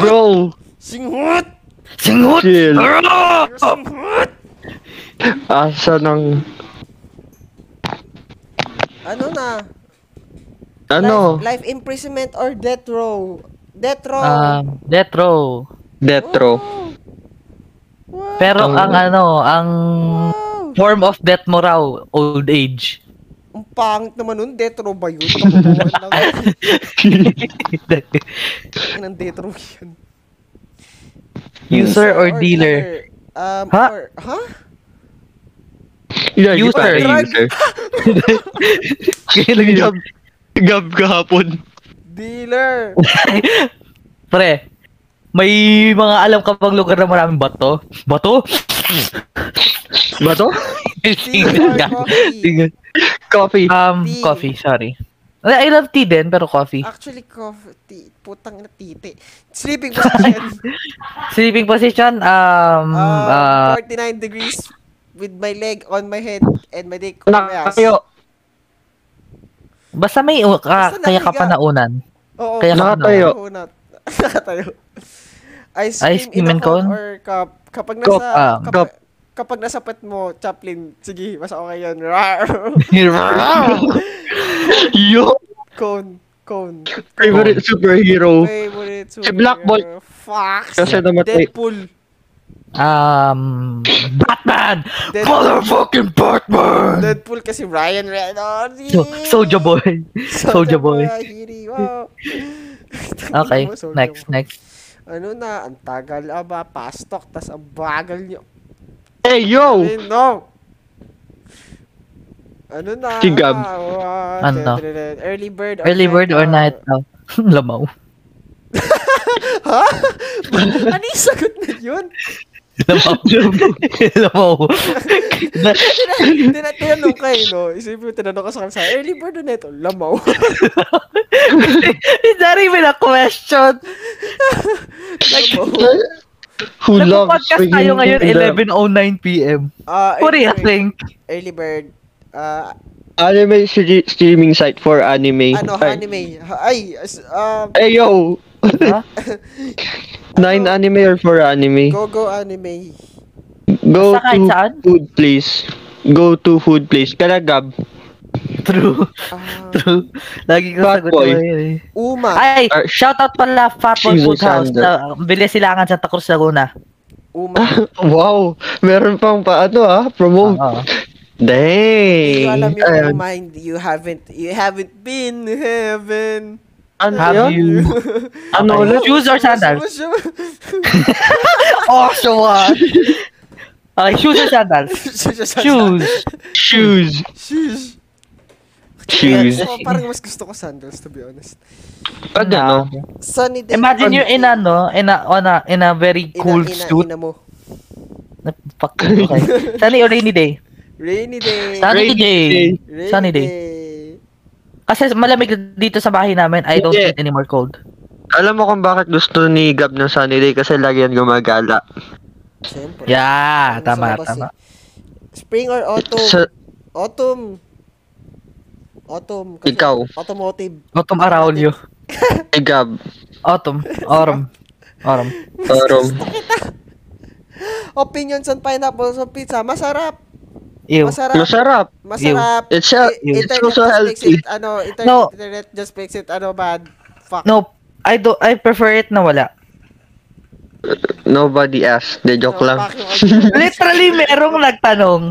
[SPEAKER 2] Bro,
[SPEAKER 3] Singhot!
[SPEAKER 1] Singhut!
[SPEAKER 2] chill.
[SPEAKER 1] Arrgh!
[SPEAKER 3] Singhot!
[SPEAKER 2] Asa ng...
[SPEAKER 3] Ano na?
[SPEAKER 2] Ano?
[SPEAKER 3] Life, life imprisonment or death row? Death row.
[SPEAKER 1] Um, death row.
[SPEAKER 2] Death row.
[SPEAKER 3] Wow.
[SPEAKER 1] Pero
[SPEAKER 2] Ang-
[SPEAKER 1] ang ano, ang
[SPEAKER 3] Wow.
[SPEAKER 1] form of death mo raw, old age.
[SPEAKER 3] Ang pangit naman nun, death row ba yun? Tapuan lang. Ang death row yun.
[SPEAKER 1] User or dealer?
[SPEAKER 3] Um,
[SPEAKER 1] Ha?
[SPEAKER 3] Or, ha?
[SPEAKER 2] Yeah,
[SPEAKER 1] User.
[SPEAKER 2] user. user. Gab, gab kahapon.
[SPEAKER 3] Dealer.
[SPEAKER 1] Pre, may mga alam ka bang lugar na maraming bato? Bato?
[SPEAKER 2] Ba to?
[SPEAKER 3] Tea or coffee?
[SPEAKER 2] Coffee.
[SPEAKER 1] um,
[SPEAKER 3] Tea. Ah.
[SPEAKER 1] coffee, sorry. I I love tea din, pero coffee.
[SPEAKER 3] Actually, coffee. Tea. Putang na titi. Sleeping position.
[SPEAKER 1] Sleeping position, um, uh,
[SPEAKER 3] Uh, 49 degrees with my leg on my head and my dick on my ass.
[SPEAKER 2] Nakayo.
[SPEAKER 1] basta may, uh,
[SPEAKER 3] Basta
[SPEAKER 1] kaya ka
[SPEAKER 3] nakahiga.
[SPEAKER 1] pa naunan.
[SPEAKER 3] Oo,
[SPEAKER 1] Kaya
[SPEAKER 2] ka Nakatayo.
[SPEAKER 3] Oo, na- Nakatayo. Ice cream,
[SPEAKER 1] Ice cream
[SPEAKER 3] in a
[SPEAKER 1] and cone?
[SPEAKER 3] cone or cup. Kapag nasa,
[SPEAKER 1] Cup, ah,
[SPEAKER 3] kap-
[SPEAKER 2] cup.
[SPEAKER 3] kapag nasa pet mo, Chaplin, sige, mas okay yun. Rar.
[SPEAKER 2] Yo,
[SPEAKER 3] cone, cone.
[SPEAKER 2] favorite superhero.
[SPEAKER 3] Favorite
[SPEAKER 2] Si Black Bolt.
[SPEAKER 3] superhero. Fuck.
[SPEAKER 2] Kasi namatay.
[SPEAKER 3] Deadpool.
[SPEAKER 1] Um, Batman!
[SPEAKER 3] Dead-
[SPEAKER 1] Motherfucking Batman!
[SPEAKER 3] Deadpool kasi Ryan Reynolds.
[SPEAKER 1] So, Soulja Boy. Soulja Boy.
[SPEAKER 3] Hiri, wow.
[SPEAKER 1] Okay,
[SPEAKER 3] Soulja
[SPEAKER 1] next,
[SPEAKER 3] Boy.
[SPEAKER 1] next.
[SPEAKER 3] Ano na, ang tagal aba, pastok, tas ang bagal niyo.
[SPEAKER 2] Hey, yo!
[SPEAKER 3] Ay, no! Ano na?
[SPEAKER 2] Si Gab.
[SPEAKER 3] ah, what?
[SPEAKER 1] Ano?
[SPEAKER 3] Early bird or
[SPEAKER 1] Early bird or night Oh, owl?
[SPEAKER 3] owl?
[SPEAKER 1] Lamaw.
[SPEAKER 3] Ha? ano yung sagot na yun?
[SPEAKER 1] Lamaw. Lamaw.
[SPEAKER 3] Tina- tina- Tinanong ka eh, no? Isipin mo, tinanong ka sa kanila, early bird or night owl? Lamaw.
[SPEAKER 1] Is that even a question?
[SPEAKER 3] Lamaw.
[SPEAKER 2] Who loves
[SPEAKER 1] Nagpo-podcast tayo
[SPEAKER 2] swinging
[SPEAKER 1] ngayon,
[SPEAKER 2] in the
[SPEAKER 1] 11.09pm.
[SPEAKER 3] Ah,
[SPEAKER 1] What do you
[SPEAKER 3] early bird-
[SPEAKER 1] think?
[SPEAKER 3] Early bird. Ah,
[SPEAKER 2] Anime stre- streaming site for anime.
[SPEAKER 3] ano,
[SPEAKER 2] Ay,
[SPEAKER 3] anime. Ha- Ay, as- um,
[SPEAKER 2] Hey, yo!
[SPEAKER 1] Ha?
[SPEAKER 2] Nine anime or for anime?
[SPEAKER 3] go-go anime.
[SPEAKER 2] Go
[SPEAKER 1] Sa kahit
[SPEAKER 2] to
[SPEAKER 1] saan?
[SPEAKER 2] food place. Go to food place. Kala Gab.
[SPEAKER 1] True.
[SPEAKER 3] Ah,
[SPEAKER 1] True. Lagi ko
[SPEAKER 2] Fat
[SPEAKER 1] sagot
[SPEAKER 2] boy.
[SPEAKER 1] na yun eh.
[SPEAKER 3] Uma.
[SPEAKER 1] Ay,
[SPEAKER 2] Ah,
[SPEAKER 1] shoutout pala Fatboy
[SPEAKER 2] Jesus
[SPEAKER 1] Foodhouse.
[SPEAKER 2] Sander.
[SPEAKER 1] Sa, Bilis silangan Santa Cruz, Laguna.
[SPEAKER 3] Uma.
[SPEAKER 2] Wow! Meron pang pa ano ah, promote.
[SPEAKER 1] Oo.
[SPEAKER 2] Dang!
[SPEAKER 3] Hindi ko alam yung
[SPEAKER 2] Ayan.
[SPEAKER 3] Uma, hindi- you haven't, you haven't been in heaven.
[SPEAKER 2] Ano
[SPEAKER 1] Have
[SPEAKER 2] yun?
[SPEAKER 1] you?
[SPEAKER 2] Ano
[SPEAKER 1] Okay.
[SPEAKER 2] ulit?
[SPEAKER 1] Shoes or sandals?
[SPEAKER 3] Shoes,
[SPEAKER 1] Oh, sure. Okay, shoes or sandals?
[SPEAKER 3] shoes, shoes.
[SPEAKER 1] Shoes.
[SPEAKER 2] Shoes!
[SPEAKER 3] Shoes.
[SPEAKER 2] Shoes.
[SPEAKER 3] So, parang mas gusto ko sandals, to be honest.
[SPEAKER 2] Ba't ano?
[SPEAKER 3] Sunny day.
[SPEAKER 1] Imagine you're in a, no? In a, on a, in a very
[SPEAKER 3] Ina-
[SPEAKER 1] cool
[SPEAKER 3] ina-
[SPEAKER 1] suit.
[SPEAKER 3] ina mo.
[SPEAKER 1] Na, fuck, okay. Sunny or rainy day?
[SPEAKER 3] Rainy day.
[SPEAKER 1] Sunny
[SPEAKER 2] Rainy
[SPEAKER 1] day.
[SPEAKER 2] day.
[SPEAKER 3] Rainy
[SPEAKER 1] Sunny day. Kasi malamig dito sa bahay namin. I don't
[SPEAKER 2] Hindi.
[SPEAKER 1] need any more cold.
[SPEAKER 2] Alam mo kung bakit gusto ni Gab ng Sunny Day kasi lagi yan gumagala.
[SPEAKER 3] Siyempre.
[SPEAKER 1] Yeah,
[SPEAKER 3] Ano sa
[SPEAKER 1] tama,
[SPEAKER 3] labas
[SPEAKER 1] tama.
[SPEAKER 3] Spring or autumn?
[SPEAKER 2] Sa-
[SPEAKER 3] Autumn. Autumn. Kasi
[SPEAKER 2] Ikaw.
[SPEAKER 3] Automotive.
[SPEAKER 1] Autumn Araulio.
[SPEAKER 2] ni Gab.
[SPEAKER 1] Autumn. Autumn. Autumn.
[SPEAKER 2] Parang,
[SPEAKER 3] Opinions on pineapple sa pizza. Masarap.
[SPEAKER 1] Ew.
[SPEAKER 3] Masarap.
[SPEAKER 2] masarap!
[SPEAKER 3] Masarap.
[SPEAKER 2] It's a-
[SPEAKER 3] I-
[SPEAKER 2] it's
[SPEAKER 3] internet
[SPEAKER 2] also
[SPEAKER 3] just makes
[SPEAKER 2] healthy.
[SPEAKER 3] it, ano, internet,
[SPEAKER 1] No.
[SPEAKER 3] internet just makes it, ano, bad. Fuck.
[SPEAKER 1] No, I do I prefer it na wala.
[SPEAKER 2] Nobody asked. De joke
[SPEAKER 3] No,
[SPEAKER 2] lang.
[SPEAKER 3] fuck yung audio.
[SPEAKER 1] Literally merong nagtanong.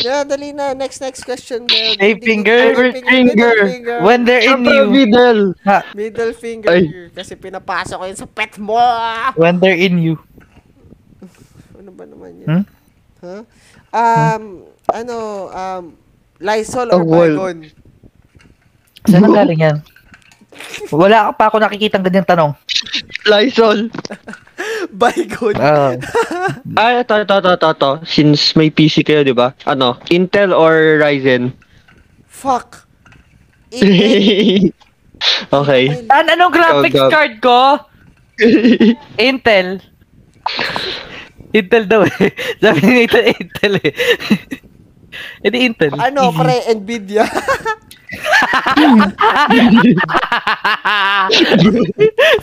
[SPEAKER 3] yeah, dali na. Next, next question. Girl.
[SPEAKER 1] Hey, finger.
[SPEAKER 3] Middle
[SPEAKER 2] Finger.
[SPEAKER 3] Middle finger.
[SPEAKER 1] When they're in
[SPEAKER 2] Siyempre,
[SPEAKER 1] you.
[SPEAKER 2] middle!
[SPEAKER 3] Middle finger.
[SPEAKER 2] Ay.
[SPEAKER 3] Kasi pinapasok ko yun sa pet mo. Ah!
[SPEAKER 1] When they're in you.
[SPEAKER 3] Ano ba naman yun?
[SPEAKER 1] Hmm?
[SPEAKER 3] Huh? Um, ano, um, Lysol or
[SPEAKER 2] Ang wall.
[SPEAKER 3] Baygon?
[SPEAKER 1] Saan ang galing yan? Wala pa ako nakikitang ganyang tanong.
[SPEAKER 2] Lysol!
[SPEAKER 3] Baygon.
[SPEAKER 1] Ah,
[SPEAKER 2] Ay, ito, ito, ito, ito, ito. Since may PC kayo, di ba? Ano? Intel or Ryzen?
[SPEAKER 3] Fuck. Intel.
[SPEAKER 2] okay.
[SPEAKER 3] E
[SPEAKER 1] Saan anong graphics
[SPEAKER 2] Ikaw, Gab.
[SPEAKER 1] card ko?
[SPEAKER 5] Intel. Intel daw eh. Sabi ni Nathan, Intel eh. Eh di Intel.
[SPEAKER 3] Ano, pre, Nvidia.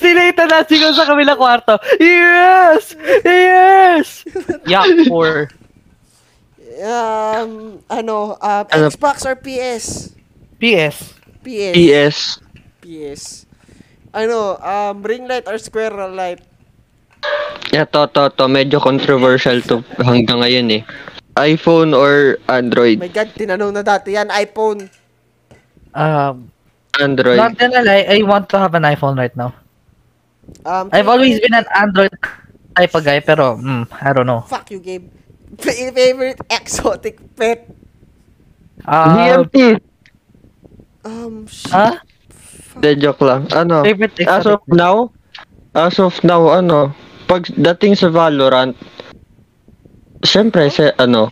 [SPEAKER 5] si Nathan na sigaw sa kabilang kwarto. Yes! Yes! Yak 4.
[SPEAKER 3] um, ano, um,
[SPEAKER 2] Ano?
[SPEAKER 3] Xbox or PS?
[SPEAKER 5] PS.
[SPEAKER 3] PS.
[SPEAKER 2] E PS.
[SPEAKER 3] PS. Ano, um, ring light or square light?
[SPEAKER 2] Ito, to, to. Medyo controversial to hanggang ngayon eh. iPhone or Android?
[SPEAKER 3] My God, tinanong na dati yan, iPhone.
[SPEAKER 5] Um,
[SPEAKER 2] Android.
[SPEAKER 1] Not gonna lie, I want to have an iPhone right now.
[SPEAKER 3] Um,
[SPEAKER 1] I've always been an Android type of guy, pero mm, I don't know.
[SPEAKER 3] Fuck you, Gabe. Fa- Favorite exotic pet?
[SPEAKER 1] Uh,
[SPEAKER 2] DMT!
[SPEAKER 3] Um, shit.
[SPEAKER 1] huh?
[SPEAKER 2] De joke lang. Ano?
[SPEAKER 1] ah, Favorite
[SPEAKER 2] As
[SPEAKER 1] exotic.
[SPEAKER 2] of now, as of now, ano, pag dating sa Valorant, syempre, sa, ano,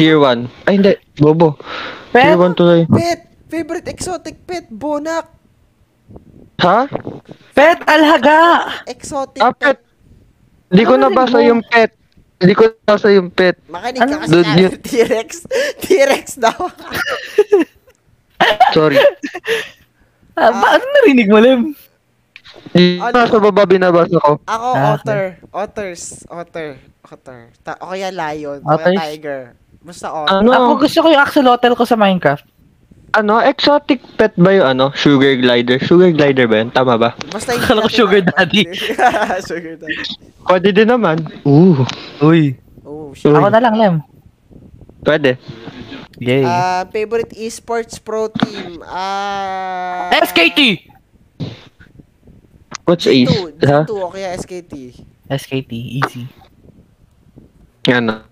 [SPEAKER 2] tier 1. Ay, hindi, bobo. Tier 1 tuloy.
[SPEAKER 3] Pet! Favorite exotic pet, bonak!
[SPEAKER 2] Ha?
[SPEAKER 1] Pet alhaga!
[SPEAKER 3] Exotic
[SPEAKER 2] Ah, pet.
[SPEAKER 3] pet.
[SPEAKER 2] Di ko nabasa yung pet. Di ko nabasa yung pet.
[SPEAKER 3] Makinig ka
[SPEAKER 1] Ano?
[SPEAKER 3] kasi
[SPEAKER 2] Dude,
[SPEAKER 3] na-
[SPEAKER 2] yun-
[SPEAKER 3] T-Rex. T-Rex daw.
[SPEAKER 2] Sorry.
[SPEAKER 1] Ah, ba, ano narinig mo, Lem?
[SPEAKER 2] Di ko nasa baba binabasa ko.
[SPEAKER 3] Ako,
[SPEAKER 1] Ah,
[SPEAKER 3] otter. Otters. Otter. Otter. Ta- o kaya lion. O
[SPEAKER 1] Otters?
[SPEAKER 3] kaya tiger. Basta otter.
[SPEAKER 1] Ako
[SPEAKER 2] Ano,
[SPEAKER 1] gusto ko yung axolotl ko sa Minecraft.
[SPEAKER 2] ano, exotic pet ba yung ano? Sugar glider. Sugar glider ba yun? Tama ba?
[SPEAKER 3] Basta yung
[SPEAKER 1] Akala ko sugar daddy.
[SPEAKER 3] sugar daddy.
[SPEAKER 2] Pwede din naman. Ooh.
[SPEAKER 1] Uy.
[SPEAKER 3] Oh, shit.
[SPEAKER 2] Uy.
[SPEAKER 1] Ako na lang, Lem. Uh,
[SPEAKER 2] Pwede.
[SPEAKER 1] Yay.
[SPEAKER 3] Ah, favorite esports pro team. Ah...
[SPEAKER 1] SKT!
[SPEAKER 2] What's
[SPEAKER 3] G2.
[SPEAKER 2] ace? Ha?
[SPEAKER 3] G2 o kaya SKT.
[SPEAKER 1] SKT, easy.
[SPEAKER 2] Ano?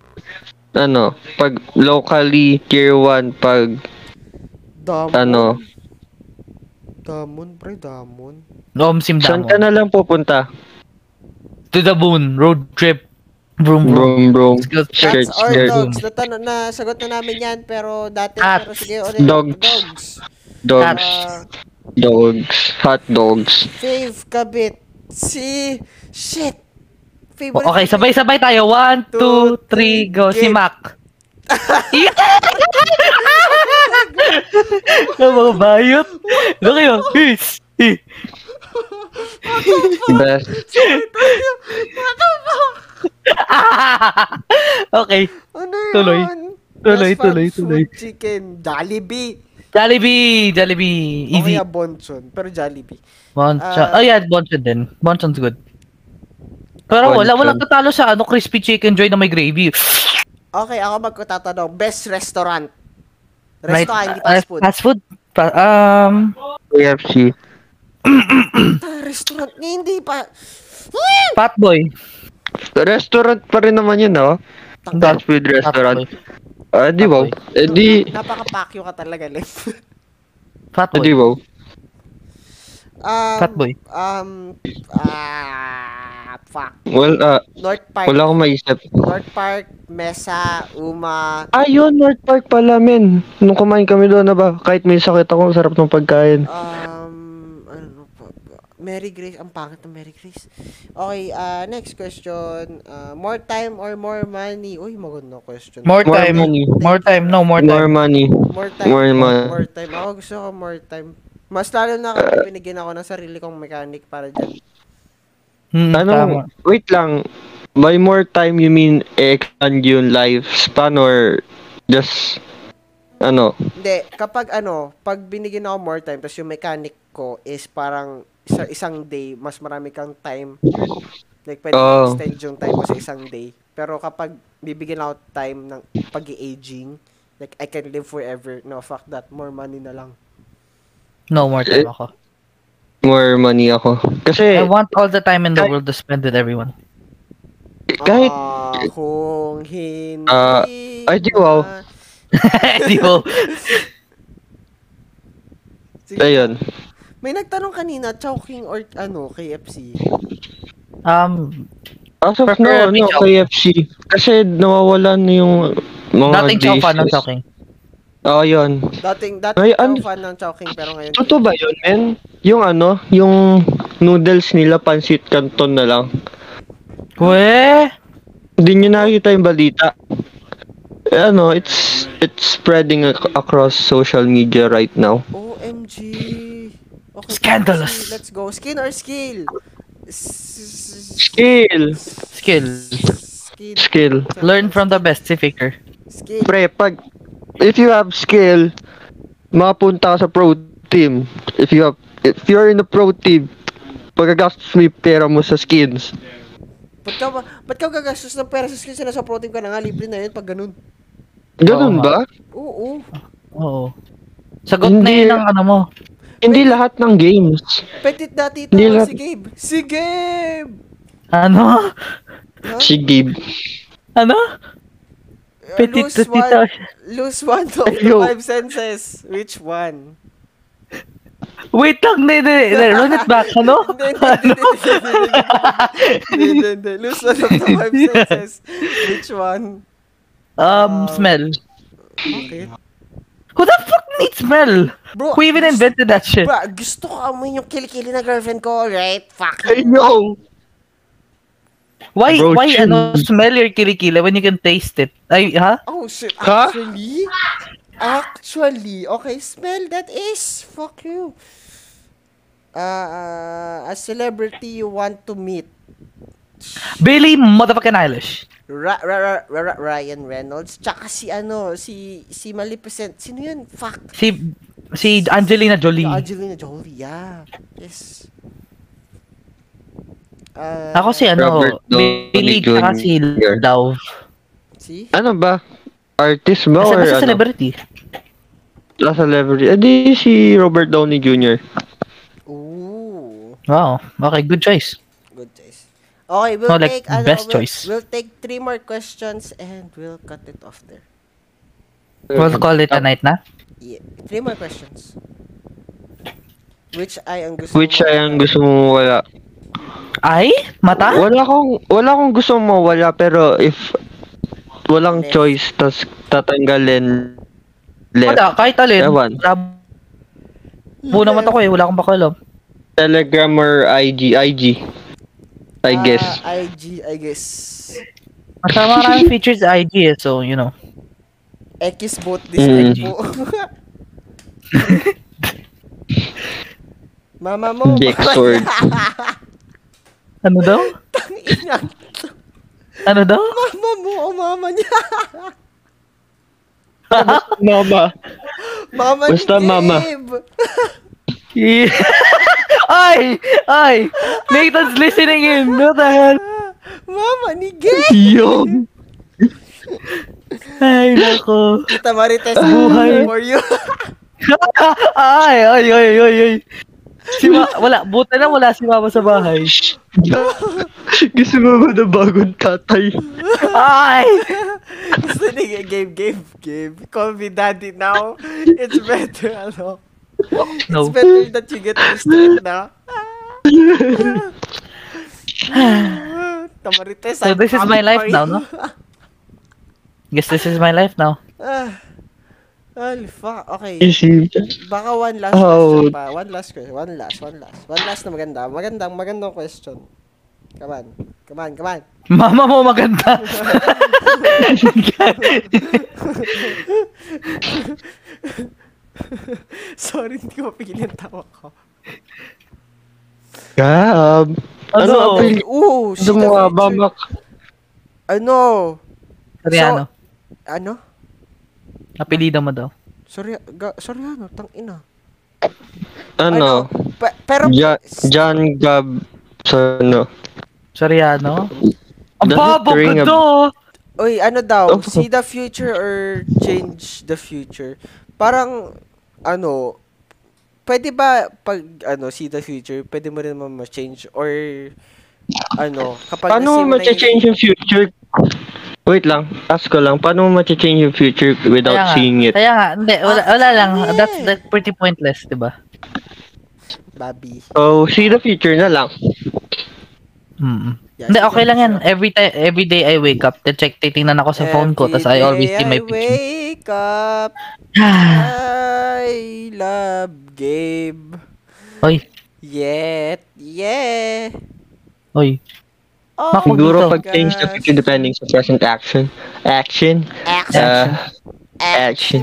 [SPEAKER 2] Ano? Pag locally tier 1, pag
[SPEAKER 3] Damon.
[SPEAKER 2] ano,
[SPEAKER 3] Damon, pre. Damon.
[SPEAKER 1] Lom sim
[SPEAKER 2] saan
[SPEAKER 1] damo.
[SPEAKER 2] ka na lang pupunta?
[SPEAKER 1] To the moon, road trip. Vroom, vroom.
[SPEAKER 2] Broom, broom.
[SPEAKER 1] Let's go.
[SPEAKER 2] Shirt,
[SPEAKER 3] Cats or
[SPEAKER 2] shirt,
[SPEAKER 3] dogs? Natanong na, sagot na namin yan, pero dati,
[SPEAKER 1] Cats.
[SPEAKER 3] pero sige, ulit.
[SPEAKER 2] Dogs.
[SPEAKER 3] Dogs.
[SPEAKER 2] dogs,
[SPEAKER 3] Ah,
[SPEAKER 2] dogs, hot dogs.
[SPEAKER 3] fave kabit. Si... Shit! Favorite
[SPEAKER 1] Okay, sabay-sabay tayo. One, two, three, go. Si Mac. Ano ba yun? Ano kayo? Hiss! Hi.
[SPEAKER 2] Best.
[SPEAKER 1] okay.
[SPEAKER 3] Ano yun?
[SPEAKER 1] Tuloy. Tuloy,
[SPEAKER 3] Best fast
[SPEAKER 1] tuloy,
[SPEAKER 3] food
[SPEAKER 1] tuloy.
[SPEAKER 3] chicken. Jollibee.
[SPEAKER 1] Jollibee! Jollibee!
[SPEAKER 3] O
[SPEAKER 1] Easy.
[SPEAKER 3] kaya Bonchon. Pero Jollibee.
[SPEAKER 1] Bonchon.
[SPEAKER 3] Ah.
[SPEAKER 1] oh yeah, Bonchon din. Bonchon's good. Pero wala,
[SPEAKER 2] Bonchon.
[SPEAKER 1] walang tatalo sa ano, crispy chicken joy na may gravy.
[SPEAKER 3] Okay, ako magtatanong. Best restaurant.
[SPEAKER 1] Right,
[SPEAKER 3] Restaurant, hindi
[SPEAKER 1] ah,
[SPEAKER 3] fast food.
[SPEAKER 1] Fast food? Pa- um,
[SPEAKER 2] KFC.
[SPEAKER 3] Ah, restaurant. Ni, hindi pa.
[SPEAKER 1] Fatboy.
[SPEAKER 2] Restaurant pa rin naman yun, no? Fast food restaurant. Ah, di wow. Eh, di,
[SPEAKER 3] Napaka-pakyo ka talaga, Lem.
[SPEAKER 2] eh, di
[SPEAKER 1] Fatboy.
[SPEAKER 2] wow.
[SPEAKER 3] um,
[SPEAKER 1] Fatboy.
[SPEAKER 3] Um, ah, fuck.
[SPEAKER 2] Well, ah,
[SPEAKER 3] North Park.
[SPEAKER 2] wala akong maisip.
[SPEAKER 3] North Park, Mesa, Uma.
[SPEAKER 2] Ah, yun, North Park pala, men. Nung kumain kami doon na ba, kahit may sakit ako, ang sarap ng pagkain.
[SPEAKER 3] Um, ano pa ba? Mary Grace. Ang pangit ng Mary Grace. Okay, ah, next question. Ah, more time or more money? Uy, maganda question.
[SPEAKER 1] More
[SPEAKER 2] More
[SPEAKER 1] time.
[SPEAKER 2] money.
[SPEAKER 1] More time. No, more
[SPEAKER 2] More
[SPEAKER 1] time.
[SPEAKER 2] money.
[SPEAKER 3] More time.
[SPEAKER 2] More money.
[SPEAKER 3] More time. Ako gusto ko more time. Mas lalo na
[SPEAKER 2] Uh,
[SPEAKER 3] kapag binigyan ako ng sarili kong mechanic para dyan.
[SPEAKER 1] Hmm, tama.
[SPEAKER 2] Ano, wait lang. By more time, you mean expand yung lifespan or just, ano,
[SPEAKER 3] Hindi, kapag ano, pag binigyan ako more time, tapos yung mechanic ko is parang sa isang day, mas marami kang time. Like, pwede
[SPEAKER 2] Oh.
[SPEAKER 3] extend yung time mo sa isang day. Pero kapag bibigyan ako time ng pag aging like, I can live forever. No, fuck that. More money na lang.
[SPEAKER 1] No, more time ako.
[SPEAKER 2] more money ako?
[SPEAKER 1] I
[SPEAKER 2] Kasi,
[SPEAKER 1] want all the time in the
[SPEAKER 2] Kahit-
[SPEAKER 1] world to spend with everyone.
[SPEAKER 2] kahit,
[SPEAKER 3] Ah, kung hindi...
[SPEAKER 2] Ah, ay, di, wow.
[SPEAKER 3] na-
[SPEAKER 1] Di ba?
[SPEAKER 3] Sige.
[SPEAKER 2] ayun.
[SPEAKER 3] May nagtanong kanina, Chowking or ano, KFC?
[SPEAKER 1] Um,
[SPEAKER 2] As of now,
[SPEAKER 1] Preferably
[SPEAKER 2] ano,
[SPEAKER 1] Chow.
[SPEAKER 2] KFC. Kasi nawawala na yung mga
[SPEAKER 1] dating chow fan ng
[SPEAKER 2] dishes.
[SPEAKER 1] talking.
[SPEAKER 2] Oo, yun.
[SPEAKER 3] Dating, dating
[SPEAKER 2] Ay,
[SPEAKER 3] ako
[SPEAKER 2] ano-
[SPEAKER 3] fan ng Chowking, pero ngayon...
[SPEAKER 2] Totoo ba yun, men? Yung ano, yung noodles nila pansit canton na lang.
[SPEAKER 6] Weh!
[SPEAKER 2] Hindi nyo nakita yung balita. Eh, Ano, it's it's spreading ac- across social media right now.
[SPEAKER 3] OMG. Okay,
[SPEAKER 1] Scandalous.
[SPEAKER 3] Ski, Let's go. Skin or skill? S-
[SPEAKER 2] Skill!
[SPEAKER 1] Skill.
[SPEAKER 3] Skill.
[SPEAKER 2] Skill.
[SPEAKER 1] Learn from the best, si Faker.
[SPEAKER 3] Skill.
[SPEAKER 2] Pre, pag if you have skill, makapunta ka sa pro team. If you have if you're in the pro team, pagagastos mo yung pera mo sa skins.
[SPEAKER 3] Ba't ka, ba- ba't ka gagastos ng pera sa skill? Sinasa pro team ka na nga. Libre na yun pag ganun.
[SPEAKER 2] Ganun
[SPEAKER 1] Oo
[SPEAKER 2] ba?
[SPEAKER 3] Oo.
[SPEAKER 1] Oo. Sagot na
[SPEAKER 2] Hindi.
[SPEAKER 1] yun ang ano mo.
[SPEAKER 2] Hindi lahat ng games.
[SPEAKER 3] Petit dati ito.
[SPEAKER 2] Hindi lang-
[SPEAKER 3] Si Gabe. Si Gabe!
[SPEAKER 1] Ano?
[SPEAKER 3] Huh?
[SPEAKER 2] Si Gabe.
[SPEAKER 1] Ano?
[SPEAKER 3] Uh,
[SPEAKER 1] Petit
[SPEAKER 3] lose
[SPEAKER 1] to tita.
[SPEAKER 3] one, lose one of the
[SPEAKER 2] Yo.
[SPEAKER 3] five senses. Which one?
[SPEAKER 1] Wait lang, hindi, hindi, hindi. Run it back, ano?
[SPEAKER 3] Hindi, hindi, hindi, hindi, hindi, hindi, hindi. Lose one of the five senses. Which one?
[SPEAKER 1] Um, smell.
[SPEAKER 3] Bakit?
[SPEAKER 1] Who the fuck needs smell?
[SPEAKER 3] Bro,
[SPEAKER 1] Who even
[SPEAKER 3] gusto-
[SPEAKER 1] invented that shit?
[SPEAKER 3] Bro, gusto ko amoy yung kilikili na girlfriend ko, right? Fuck.
[SPEAKER 2] Ay, no!
[SPEAKER 1] Why,
[SPEAKER 2] Bro,
[SPEAKER 1] why,
[SPEAKER 2] chill.
[SPEAKER 1] ano, smell your kilikili when you can taste it? Ay, ha?
[SPEAKER 3] Oh shit,
[SPEAKER 2] Ha?
[SPEAKER 3] actually? Actually, okay, smell that is. Fuck you. Uh, a celebrity you want to meet.
[SPEAKER 1] Billy motherfucking Eilish.
[SPEAKER 3] Ra Ra- Ra- Ra- Ra- Ryan Reynolds, tsaka si ano, si si Maleficent. Sino yun? Fuck.
[SPEAKER 1] Si, si Angelina Jolie.
[SPEAKER 3] Angelina Jolie, yeah. Yes. Ah,
[SPEAKER 1] Ako si ano,
[SPEAKER 2] Robert Downey
[SPEAKER 1] Billy tsaka
[SPEAKER 2] Jr.
[SPEAKER 1] si Love.
[SPEAKER 3] Uh, Si?
[SPEAKER 2] Ano ba? Artist ba
[SPEAKER 1] Kasi
[SPEAKER 2] or
[SPEAKER 1] basta
[SPEAKER 2] ano?
[SPEAKER 1] celebrity.
[SPEAKER 2] Ah, celebrity. Eh, di si Robert Downey Jr.
[SPEAKER 3] Ooh.
[SPEAKER 1] Wow, okay, good choice.
[SPEAKER 3] Good choice. Okay, we'll
[SPEAKER 1] No, like,
[SPEAKER 3] take ano,
[SPEAKER 1] best
[SPEAKER 3] we'll,
[SPEAKER 1] choice.
[SPEAKER 3] We'll take three more questions and we'll cut it off there.
[SPEAKER 1] We'll call it a night na.
[SPEAKER 3] Yeah. Three more questions. Which eye ang gusto
[SPEAKER 2] Which
[SPEAKER 3] mo?
[SPEAKER 2] ay ang gusto mo wala?
[SPEAKER 1] Ay? Mata?
[SPEAKER 2] Wala akong, wala akong gusto mo wala, pero if walang
[SPEAKER 3] Left.
[SPEAKER 2] choice, tas tatanggalin left.
[SPEAKER 1] Wala, kahit alin.
[SPEAKER 2] Ewan.
[SPEAKER 1] Labo naman ako eh, wala akong pakialam.
[SPEAKER 2] Telegram or IG? IG. I
[SPEAKER 3] Ah,
[SPEAKER 2] guess.
[SPEAKER 3] IG, I guess.
[SPEAKER 1] Basta maraming features sa IG eh, so, you know.
[SPEAKER 3] X both this
[SPEAKER 2] Mm.
[SPEAKER 3] IG. Mama mo.
[SPEAKER 2] Dick sword.
[SPEAKER 1] Ano daw?
[SPEAKER 3] Tanginang.
[SPEAKER 1] Ano daw?
[SPEAKER 3] Mama mo o mama niya.
[SPEAKER 2] Mama.
[SPEAKER 3] Mama ni
[SPEAKER 2] Basta mama.
[SPEAKER 3] Gabe.
[SPEAKER 1] Yeah. ay! Ay! Nathan's listening in! What the hell?
[SPEAKER 3] Mama ni Gabe.
[SPEAKER 2] Yung.
[SPEAKER 1] Ay, nako.
[SPEAKER 3] Tita Marites,
[SPEAKER 1] Buhay.
[SPEAKER 3] for you.
[SPEAKER 1] ay, ay, ay, ay, ay. Si Ma- wala, buta na wala si Mama sa bahay.
[SPEAKER 2] gusto mo ba na bagong tatay?
[SPEAKER 1] Ay!
[SPEAKER 3] Gusto ni Gabe, Gabe, Gabe, Gabe. Call me daddy now. It's better, ano.
[SPEAKER 1] No.
[SPEAKER 3] It's better that you get me straight now. Tamarites,
[SPEAKER 1] So
[SPEAKER 3] I'm
[SPEAKER 1] this is my
[SPEAKER 3] coming
[SPEAKER 1] life
[SPEAKER 3] for
[SPEAKER 1] now,
[SPEAKER 3] you.
[SPEAKER 1] no? Guess this is my life now.
[SPEAKER 3] Ah. Alpha, okay.
[SPEAKER 2] Isip.
[SPEAKER 3] Baka one last
[SPEAKER 2] Oh.
[SPEAKER 3] question pa. One last question. One last, one last. One last na maganda. Magandang, magandang question. Come on. Come on, come on.
[SPEAKER 1] Mama mo maganda.
[SPEAKER 3] Sorry, hindi ko mapigil yung tawa ko.
[SPEAKER 2] Gab. Ano
[SPEAKER 1] Ano?
[SPEAKER 2] ang pili?
[SPEAKER 3] Ooh, shit,
[SPEAKER 2] Gumawa
[SPEAKER 3] I'm
[SPEAKER 2] ba
[SPEAKER 3] sure-
[SPEAKER 2] mak?
[SPEAKER 3] Ano?
[SPEAKER 1] Soriano.
[SPEAKER 3] Ano?
[SPEAKER 1] Apelido mo daw.
[SPEAKER 3] Sorry, ga, sorry ano, tang ina.
[SPEAKER 2] Ano?
[SPEAKER 3] Pe- pero,
[SPEAKER 2] Ja- John Gab. So, ano?
[SPEAKER 1] Soriano. ano? Ang
[SPEAKER 2] Doesn't
[SPEAKER 1] babo ka
[SPEAKER 2] ring a-
[SPEAKER 1] do!
[SPEAKER 3] Uy, ano daw,
[SPEAKER 2] Oh.
[SPEAKER 3] see the future or change the future? Parang, ano, pwede ba pag, ano, see the future, pwede mo rin naman ma-change or, ano, kapag
[SPEAKER 2] Paano mo
[SPEAKER 3] na-save na yung-
[SPEAKER 2] change yung future? Wait lang. Ask ko lang. Paano mo change yung future
[SPEAKER 1] Kaya
[SPEAKER 2] without
[SPEAKER 1] nga,
[SPEAKER 2] seeing it?
[SPEAKER 1] Kaya nga, hindi, wala, wala lang.
[SPEAKER 3] Actually.
[SPEAKER 1] That's, that's pretty pointless, diba? di ba?
[SPEAKER 3] Babi.
[SPEAKER 2] So, see the future na lang.
[SPEAKER 1] Oh, Mm.
[SPEAKER 3] Yeah,
[SPEAKER 1] Hindi,
[SPEAKER 3] see the
[SPEAKER 1] okay lang yan.
[SPEAKER 3] future.
[SPEAKER 1] Every time, every day I wake up, then check, titingnan ako sa phone ko, tas I
[SPEAKER 3] Every
[SPEAKER 1] always
[SPEAKER 3] day
[SPEAKER 1] see my
[SPEAKER 3] I
[SPEAKER 1] picture.
[SPEAKER 3] wake up, I love Gabe.
[SPEAKER 1] Hoy,
[SPEAKER 7] Yet, yeah.
[SPEAKER 1] Oy.
[SPEAKER 3] Oh,
[SPEAKER 1] Maku-
[SPEAKER 2] Siguro
[SPEAKER 1] dito.
[SPEAKER 2] pag change na future depending sa present action. Action.
[SPEAKER 3] Action.
[SPEAKER 2] Uh, action.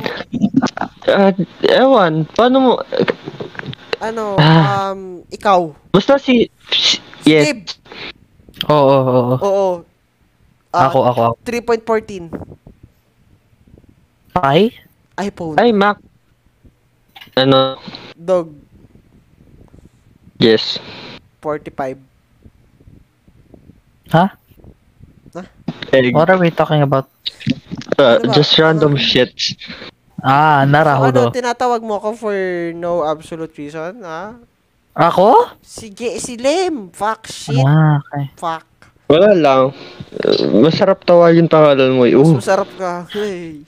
[SPEAKER 2] Uh, ewan, paano mo,
[SPEAKER 3] ano,
[SPEAKER 2] Ah.
[SPEAKER 3] um, ikaw.
[SPEAKER 2] basta si, si- yes,
[SPEAKER 3] Steve.
[SPEAKER 1] Oo, oo, oo.
[SPEAKER 3] Oo. Ah,
[SPEAKER 1] Ako, ako, ako.
[SPEAKER 3] 3.14.
[SPEAKER 1] Pi?
[SPEAKER 3] iPhone.
[SPEAKER 2] ay Mac, ano,
[SPEAKER 3] Dog.
[SPEAKER 2] yes,
[SPEAKER 3] 45.
[SPEAKER 2] egg,
[SPEAKER 1] What are we talking about?
[SPEAKER 2] uh,
[SPEAKER 3] Ano ba?
[SPEAKER 2] just random shit.
[SPEAKER 1] Ah,
[SPEAKER 3] ano,
[SPEAKER 1] narahudo.
[SPEAKER 3] tinatawag mo ako for no absolute reason, ha?
[SPEAKER 1] Ako?
[SPEAKER 3] Sige, si Lem. Fuck shit.
[SPEAKER 1] Ah, okay.
[SPEAKER 3] Fuck.
[SPEAKER 2] Wala lang, Uh, masarap tawagin pangalan mo, eh.
[SPEAKER 3] Mas
[SPEAKER 2] oh,
[SPEAKER 3] masarap ka. Hey.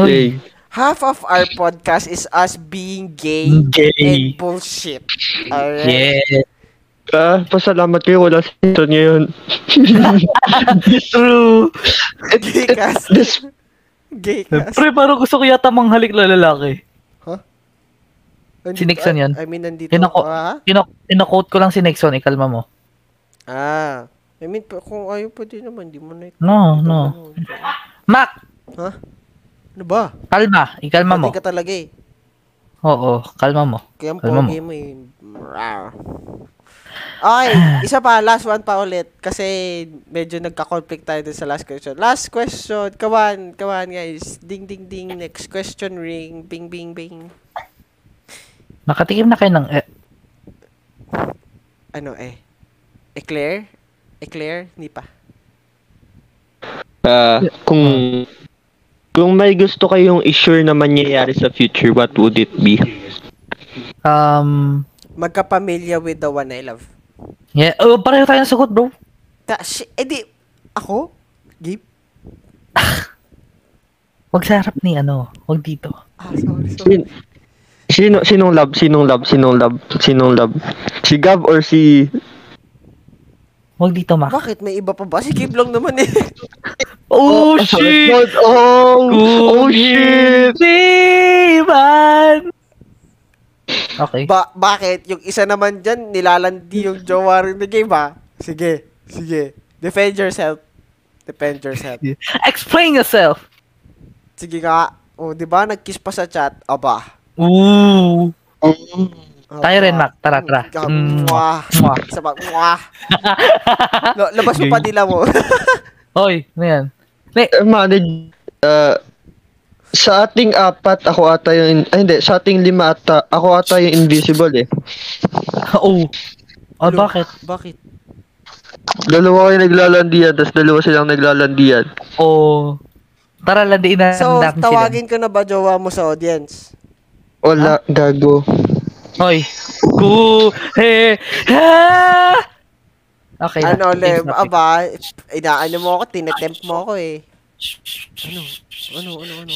[SPEAKER 1] Uy,
[SPEAKER 2] egg,
[SPEAKER 3] Half of our podcast is us being gay
[SPEAKER 2] gay.
[SPEAKER 3] and bullshit. Alright.
[SPEAKER 1] yeah.
[SPEAKER 2] Ah, pasalamat kayo, wala sa intern ngayon.
[SPEAKER 1] True.
[SPEAKER 3] Gay cast.
[SPEAKER 2] This,
[SPEAKER 3] Gay cast.
[SPEAKER 8] Pre, parang gusto ko yata manghalik na lalaki.
[SPEAKER 3] Nandito-
[SPEAKER 1] Si Nixon yun.
[SPEAKER 3] I mean, nandito.
[SPEAKER 1] Yun ako.
[SPEAKER 3] Ah,
[SPEAKER 1] Kino- Kinokote ko lang si Nexon, ikalma mo.
[SPEAKER 3] ah. I mean, pa- kung ayaw pa din naman, di mo na
[SPEAKER 1] No,
[SPEAKER 3] Ito,
[SPEAKER 1] no. Mac,
[SPEAKER 3] Ano ba?
[SPEAKER 1] kalma. Ikalma mo.
[SPEAKER 3] Hindi ka talaga eh.
[SPEAKER 1] Oo, kalma mo.
[SPEAKER 3] Kaya ang
[SPEAKER 1] Kalma mo.
[SPEAKER 3] pogi mo eh. Rawr. Okay, isa pa, last one pa ulit. Kasi medyo nagka-conflict tayo dun sa last question. Last question, come on, come on guys. Ding, ding, ding. Next question ring. Bing, bing, bing.
[SPEAKER 1] Nakatikim na kayo ng... Eh,
[SPEAKER 3] Ano eh? Eclair? Eclair? Hindi pa.
[SPEAKER 2] ah, kung, kung may gusto kayong i-sure na mangyayari sa future, what would it be?
[SPEAKER 1] um,
[SPEAKER 3] Magkapamilya with the one I love.
[SPEAKER 1] yeah. Oh, pareho tayo ng sagot, bro.
[SPEAKER 3] Ta shi- eh di, ako? Gabe?
[SPEAKER 1] Huwag sa harap ni ano. Huwag dito.
[SPEAKER 3] Ah, sorry, sorry.
[SPEAKER 2] Sin, sino, sinong love? Sinong love? Sinong love? Sinong love? Si Gab or si...
[SPEAKER 1] Huwag dito, Mac.
[SPEAKER 3] Bakit? May iba pa ba? Si Gabe lang naman eh.
[SPEAKER 8] Oh, shit!
[SPEAKER 2] Oh, oh, shit!
[SPEAKER 8] Di man!
[SPEAKER 1] Okay.
[SPEAKER 3] Ba bakit? Yung isa naman dyan, nilalandi yung jowa rin ni Gabe, ha? Sige, sige. Defend yourself. Defend yourself.
[SPEAKER 8] Explain yourself!
[SPEAKER 3] Sige nga. O, di ba? Nag-kiss pa sa chat. Aba.
[SPEAKER 8] Ooh!
[SPEAKER 3] Aba.
[SPEAKER 1] Tayo rin, Mac. Tara, tara.
[SPEAKER 3] Gab-
[SPEAKER 1] Mm.
[SPEAKER 3] Hmm, Mwah.
[SPEAKER 1] Mwah.
[SPEAKER 3] Sa pag, mwah. Lo- labas mo pa nila mo.
[SPEAKER 1] Hoy, ano yan?
[SPEAKER 2] Eh, Manage, uh, sa ating apat, ako ata yung... Ay, hindi. Sa ating lima ata, ako ata yung invisible eh.
[SPEAKER 1] Oo. Oh,
[SPEAKER 3] Lo-
[SPEAKER 1] bakit?
[SPEAKER 3] Bakit?
[SPEAKER 2] Dalawa kayo naglalandian, tapos dalawa silang naglalandian.
[SPEAKER 1] Oh. Tara, landiin na
[SPEAKER 3] So,
[SPEAKER 1] natin Eh, sila.
[SPEAKER 3] tawagin ko na ba jowa mo sa audience?
[SPEAKER 2] Wala, gago.
[SPEAKER 1] Hoy.
[SPEAKER 8] Ooh! Hey! Ah!
[SPEAKER 1] Okay. na.
[SPEAKER 3] Ano, Lev?
[SPEAKER 1] Next topic.
[SPEAKER 3] Aba, inaano mo ako, tinetempt mo ako eh. Ano? Ano, ano, ano?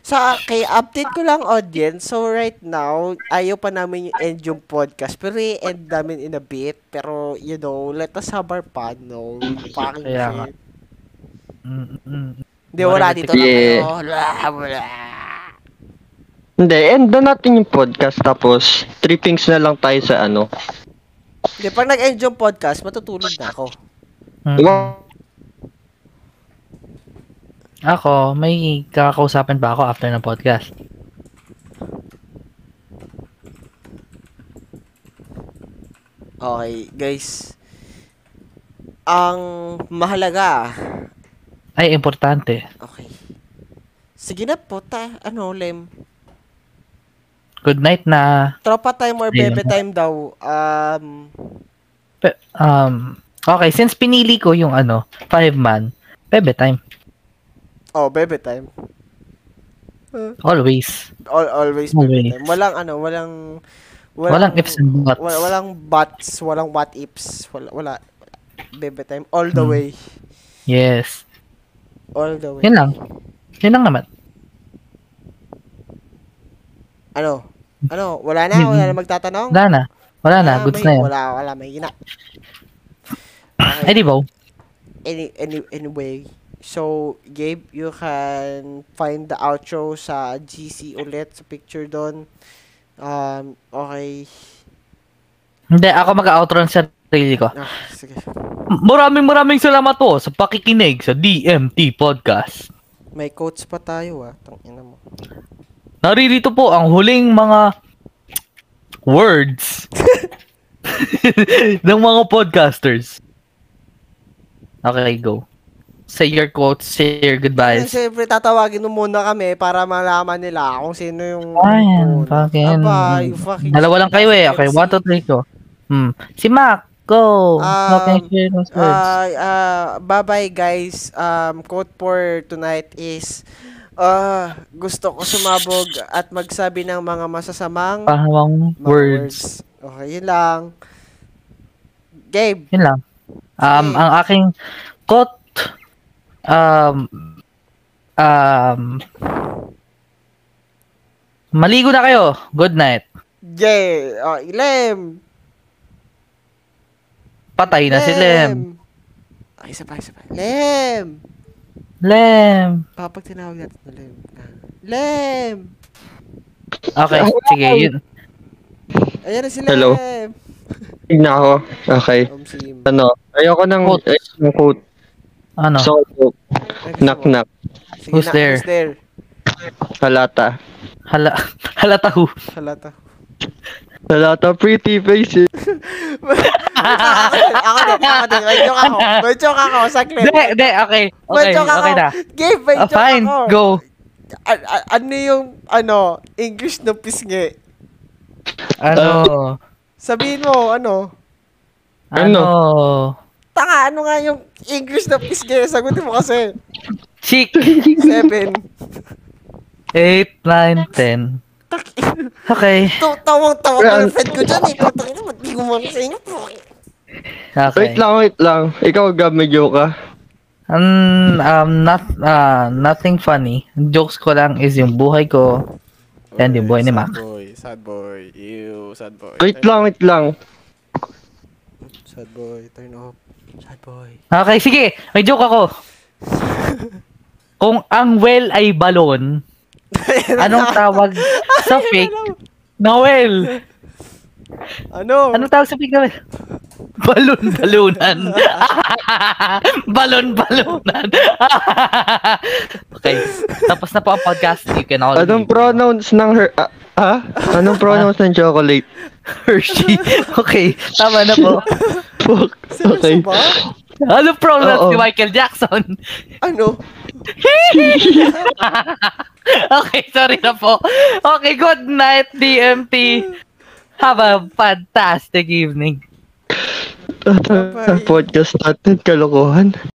[SPEAKER 3] Sa kay update ko lang audience. So right now, ayaw pa namin yung end yung podcast. Pero i-end namin in a bit. Pero you know, let us have our fun, no? Fucking
[SPEAKER 1] Kaya nga.
[SPEAKER 3] shit.
[SPEAKER 1] Mm, mm, mm.
[SPEAKER 3] Hindi, wala dito lang
[SPEAKER 2] Yeah.
[SPEAKER 3] kayo. Wala, wala.
[SPEAKER 2] Hindi, end na natin yung podcast, tapos trippings na lang tayo sa ano.
[SPEAKER 3] Hindi, pag nag-end yung podcast, matutulog na ako.
[SPEAKER 1] Mm.
[SPEAKER 2] Wow.
[SPEAKER 1] Ako, may kakausapin pa ako after ng podcast.
[SPEAKER 3] Okay, guys. Ang mahalaga.
[SPEAKER 1] Ay, importante.
[SPEAKER 3] Okay. Sige na po, ta. Ano, Lem?
[SPEAKER 1] Good night na.
[SPEAKER 3] Tropa time or
[SPEAKER 1] Ayun.
[SPEAKER 3] bebe time daw. Um,
[SPEAKER 1] Pe- um, okay, since pinili ko yung ano, five man, bebe time.
[SPEAKER 3] oh, bebe time.
[SPEAKER 1] Always.
[SPEAKER 3] Al- always
[SPEAKER 1] Always.
[SPEAKER 3] time. Walang ano, walang
[SPEAKER 1] Walang ifs and buts.
[SPEAKER 3] Wala, walang buts, walang what ifs, wala, wala. Bebe time all the
[SPEAKER 1] Hmm.
[SPEAKER 3] way.
[SPEAKER 1] Yes.
[SPEAKER 3] All the way.
[SPEAKER 1] Yun lang. Yun lang naman.
[SPEAKER 3] Ano? Ano? Wala na, wala na magtatanong.
[SPEAKER 1] Wala na. Hmm. Wala na. Goods
[SPEAKER 3] Ah,
[SPEAKER 1] na
[SPEAKER 3] may-
[SPEAKER 1] yun.
[SPEAKER 3] Wala, wala may ina.
[SPEAKER 1] Ay, di ba?
[SPEAKER 3] Any, any, anyway, so Gabe, you can find the outro sa GC ulit sa picture doon. Um, okay.
[SPEAKER 1] Hindi, ako mag-outro ng sarili ko.
[SPEAKER 9] Ah, sige.
[SPEAKER 10] Maraming maraming salamat po sa pakikinig sa DMT Podcast.
[SPEAKER 9] May quotes pa tayo ah. Tang ina mo.
[SPEAKER 10] Naririto po ang huling mga words ng mga podcasters. Okay, go. Say your quotes, say your
[SPEAKER 3] Yes.
[SPEAKER 10] goodbyes.
[SPEAKER 3] Siyempre, tatawagin mo muna kami para malaman nila kung sino yung...
[SPEAKER 1] Ayan, Ah, fucking...
[SPEAKER 3] Aba, you Ah, fucking...
[SPEAKER 1] Dalawa lang kayo eh. Okay, one, two, three, go. Hmm. Si Mac, go.
[SPEAKER 3] Um,
[SPEAKER 1] okay, share those words.
[SPEAKER 3] Uh, uh, bye-bye guys. Um, quote for tonight is, uh, gusto ko sumabog at magsabi ng mga masasamang
[SPEAKER 1] Pahawang
[SPEAKER 3] mga
[SPEAKER 1] words.
[SPEAKER 3] Okay, yun lang. Gabe.
[SPEAKER 1] Yun lang. Um,
[SPEAKER 3] Sige.
[SPEAKER 1] ang aking quote, um, um, maligo na kayo. Good night.
[SPEAKER 3] Jay. Oh, Ilem.
[SPEAKER 1] Patay na si Lem.
[SPEAKER 9] Ay, isa pa, isa pa.
[SPEAKER 3] Lem.
[SPEAKER 1] Lem.
[SPEAKER 3] Papag tinawag natin na Lem. Ah, Lem.
[SPEAKER 1] Okay, sige. Yun.
[SPEAKER 3] Ayan na si Lem.
[SPEAKER 2] Hello. Tignan ako. Okay.
[SPEAKER 3] Om Sim.
[SPEAKER 2] Ano? Ayoko ng
[SPEAKER 1] Quotes.
[SPEAKER 2] ayoko ng quote.
[SPEAKER 1] Ano?
[SPEAKER 2] So,
[SPEAKER 3] Ay, gusto
[SPEAKER 2] knock
[SPEAKER 3] mo.
[SPEAKER 2] knock.
[SPEAKER 3] Sige,
[SPEAKER 1] Who's
[SPEAKER 3] knock,
[SPEAKER 1] there?
[SPEAKER 3] Who's there?
[SPEAKER 2] Halata.
[SPEAKER 1] Hala, halata ho.
[SPEAKER 3] Halata.
[SPEAKER 2] Halata pretty faces.
[SPEAKER 3] ako din, ako din, ako din. May joke ako. May joke ako. Saglit.
[SPEAKER 1] De, de, okay.
[SPEAKER 3] May
[SPEAKER 1] Okay,
[SPEAKER 3] joke ako.
[SPEAKER 1] okay na.
[SPEAKER 3] Gabe, may
[SPEAKER 1] Ah,
[SPEAKER 3] joke
[SPEAKER 1] fine,
[SPEAKER 3] ako.
[SPEAKER 1] go.
[SPEAKER 3] A- a- ano yung, ano, English na pisngi?
[SPEAKER 2] Uh,
[SPEAKER 1] Ano?
[SPEAKER 3] Sabihin mo, ano?
[SPEAKER 1] Ano?
[SPEAKER 3] Tanga, ano nga yung English na pisngi? Sagutin mo kasi.
[SPEAKER 1] Chick.
[SPEAKER 3] Seven.
[SPEAKER 1] 8, 9, 10. Okay,
[SPEAKER 3] Tu- Tawang-tawa ko
[SPEAKER 2] Well,
[SPEAKER 3] yung friend ko dyan eh. Putang ina, ba't di gumawa sa inyo?
[SPEAKER 1] okay.
[SPEAKER 2] Wait lang, wait lang. Ikaw, Gab, may joke ka.
[SPEAKER 1] Um, um, not, ah, nothing funny. Jokes ko lang is yung buhay ko and yung buhay ni Mac.
[SPEAKER 9] Sad boy, sad boy. Ew, sad boy.
[SPEAKER 2] Wait lang, wait lang.
[SPEAKER 9] Sad boy, turn off. Sad boy.
[SPEAKER 1] Okay, sige. May joke ako. Kung ang well ay balon, anong tawag sa fake na well?
[SPEAKER 3] Ano?
[SPEAKER 1] Anong tawag sa fake na well? Balon balunan. balon balunan. okay. Tapos na po ang podcast. You can all
[SPEAKER 2] Anong
[SPEAKER 1] leave.
[SPEAKER 2] pronouns ng her... Ah, ah? Anong pronouns ng chocolate?
[SPEAKER 1] Hershey. Okay. Tama na po.
[SPEAKER 2] Fuck. Okay.
[SPEAKER 3] Seryoso ba?
[SPEAKER 1] Anong pronouns
[SPEAKER 2] Oo.
[SPEAKER 1] ni Ano Michael Jackson?
[SPEAKER 3] Ano?
[SPEAKER 1] okay, sorry na po. Okay, good night, DMT. Have a fantastic evening.
[SPEAKER 2] Ang podcast natin, kalokohan.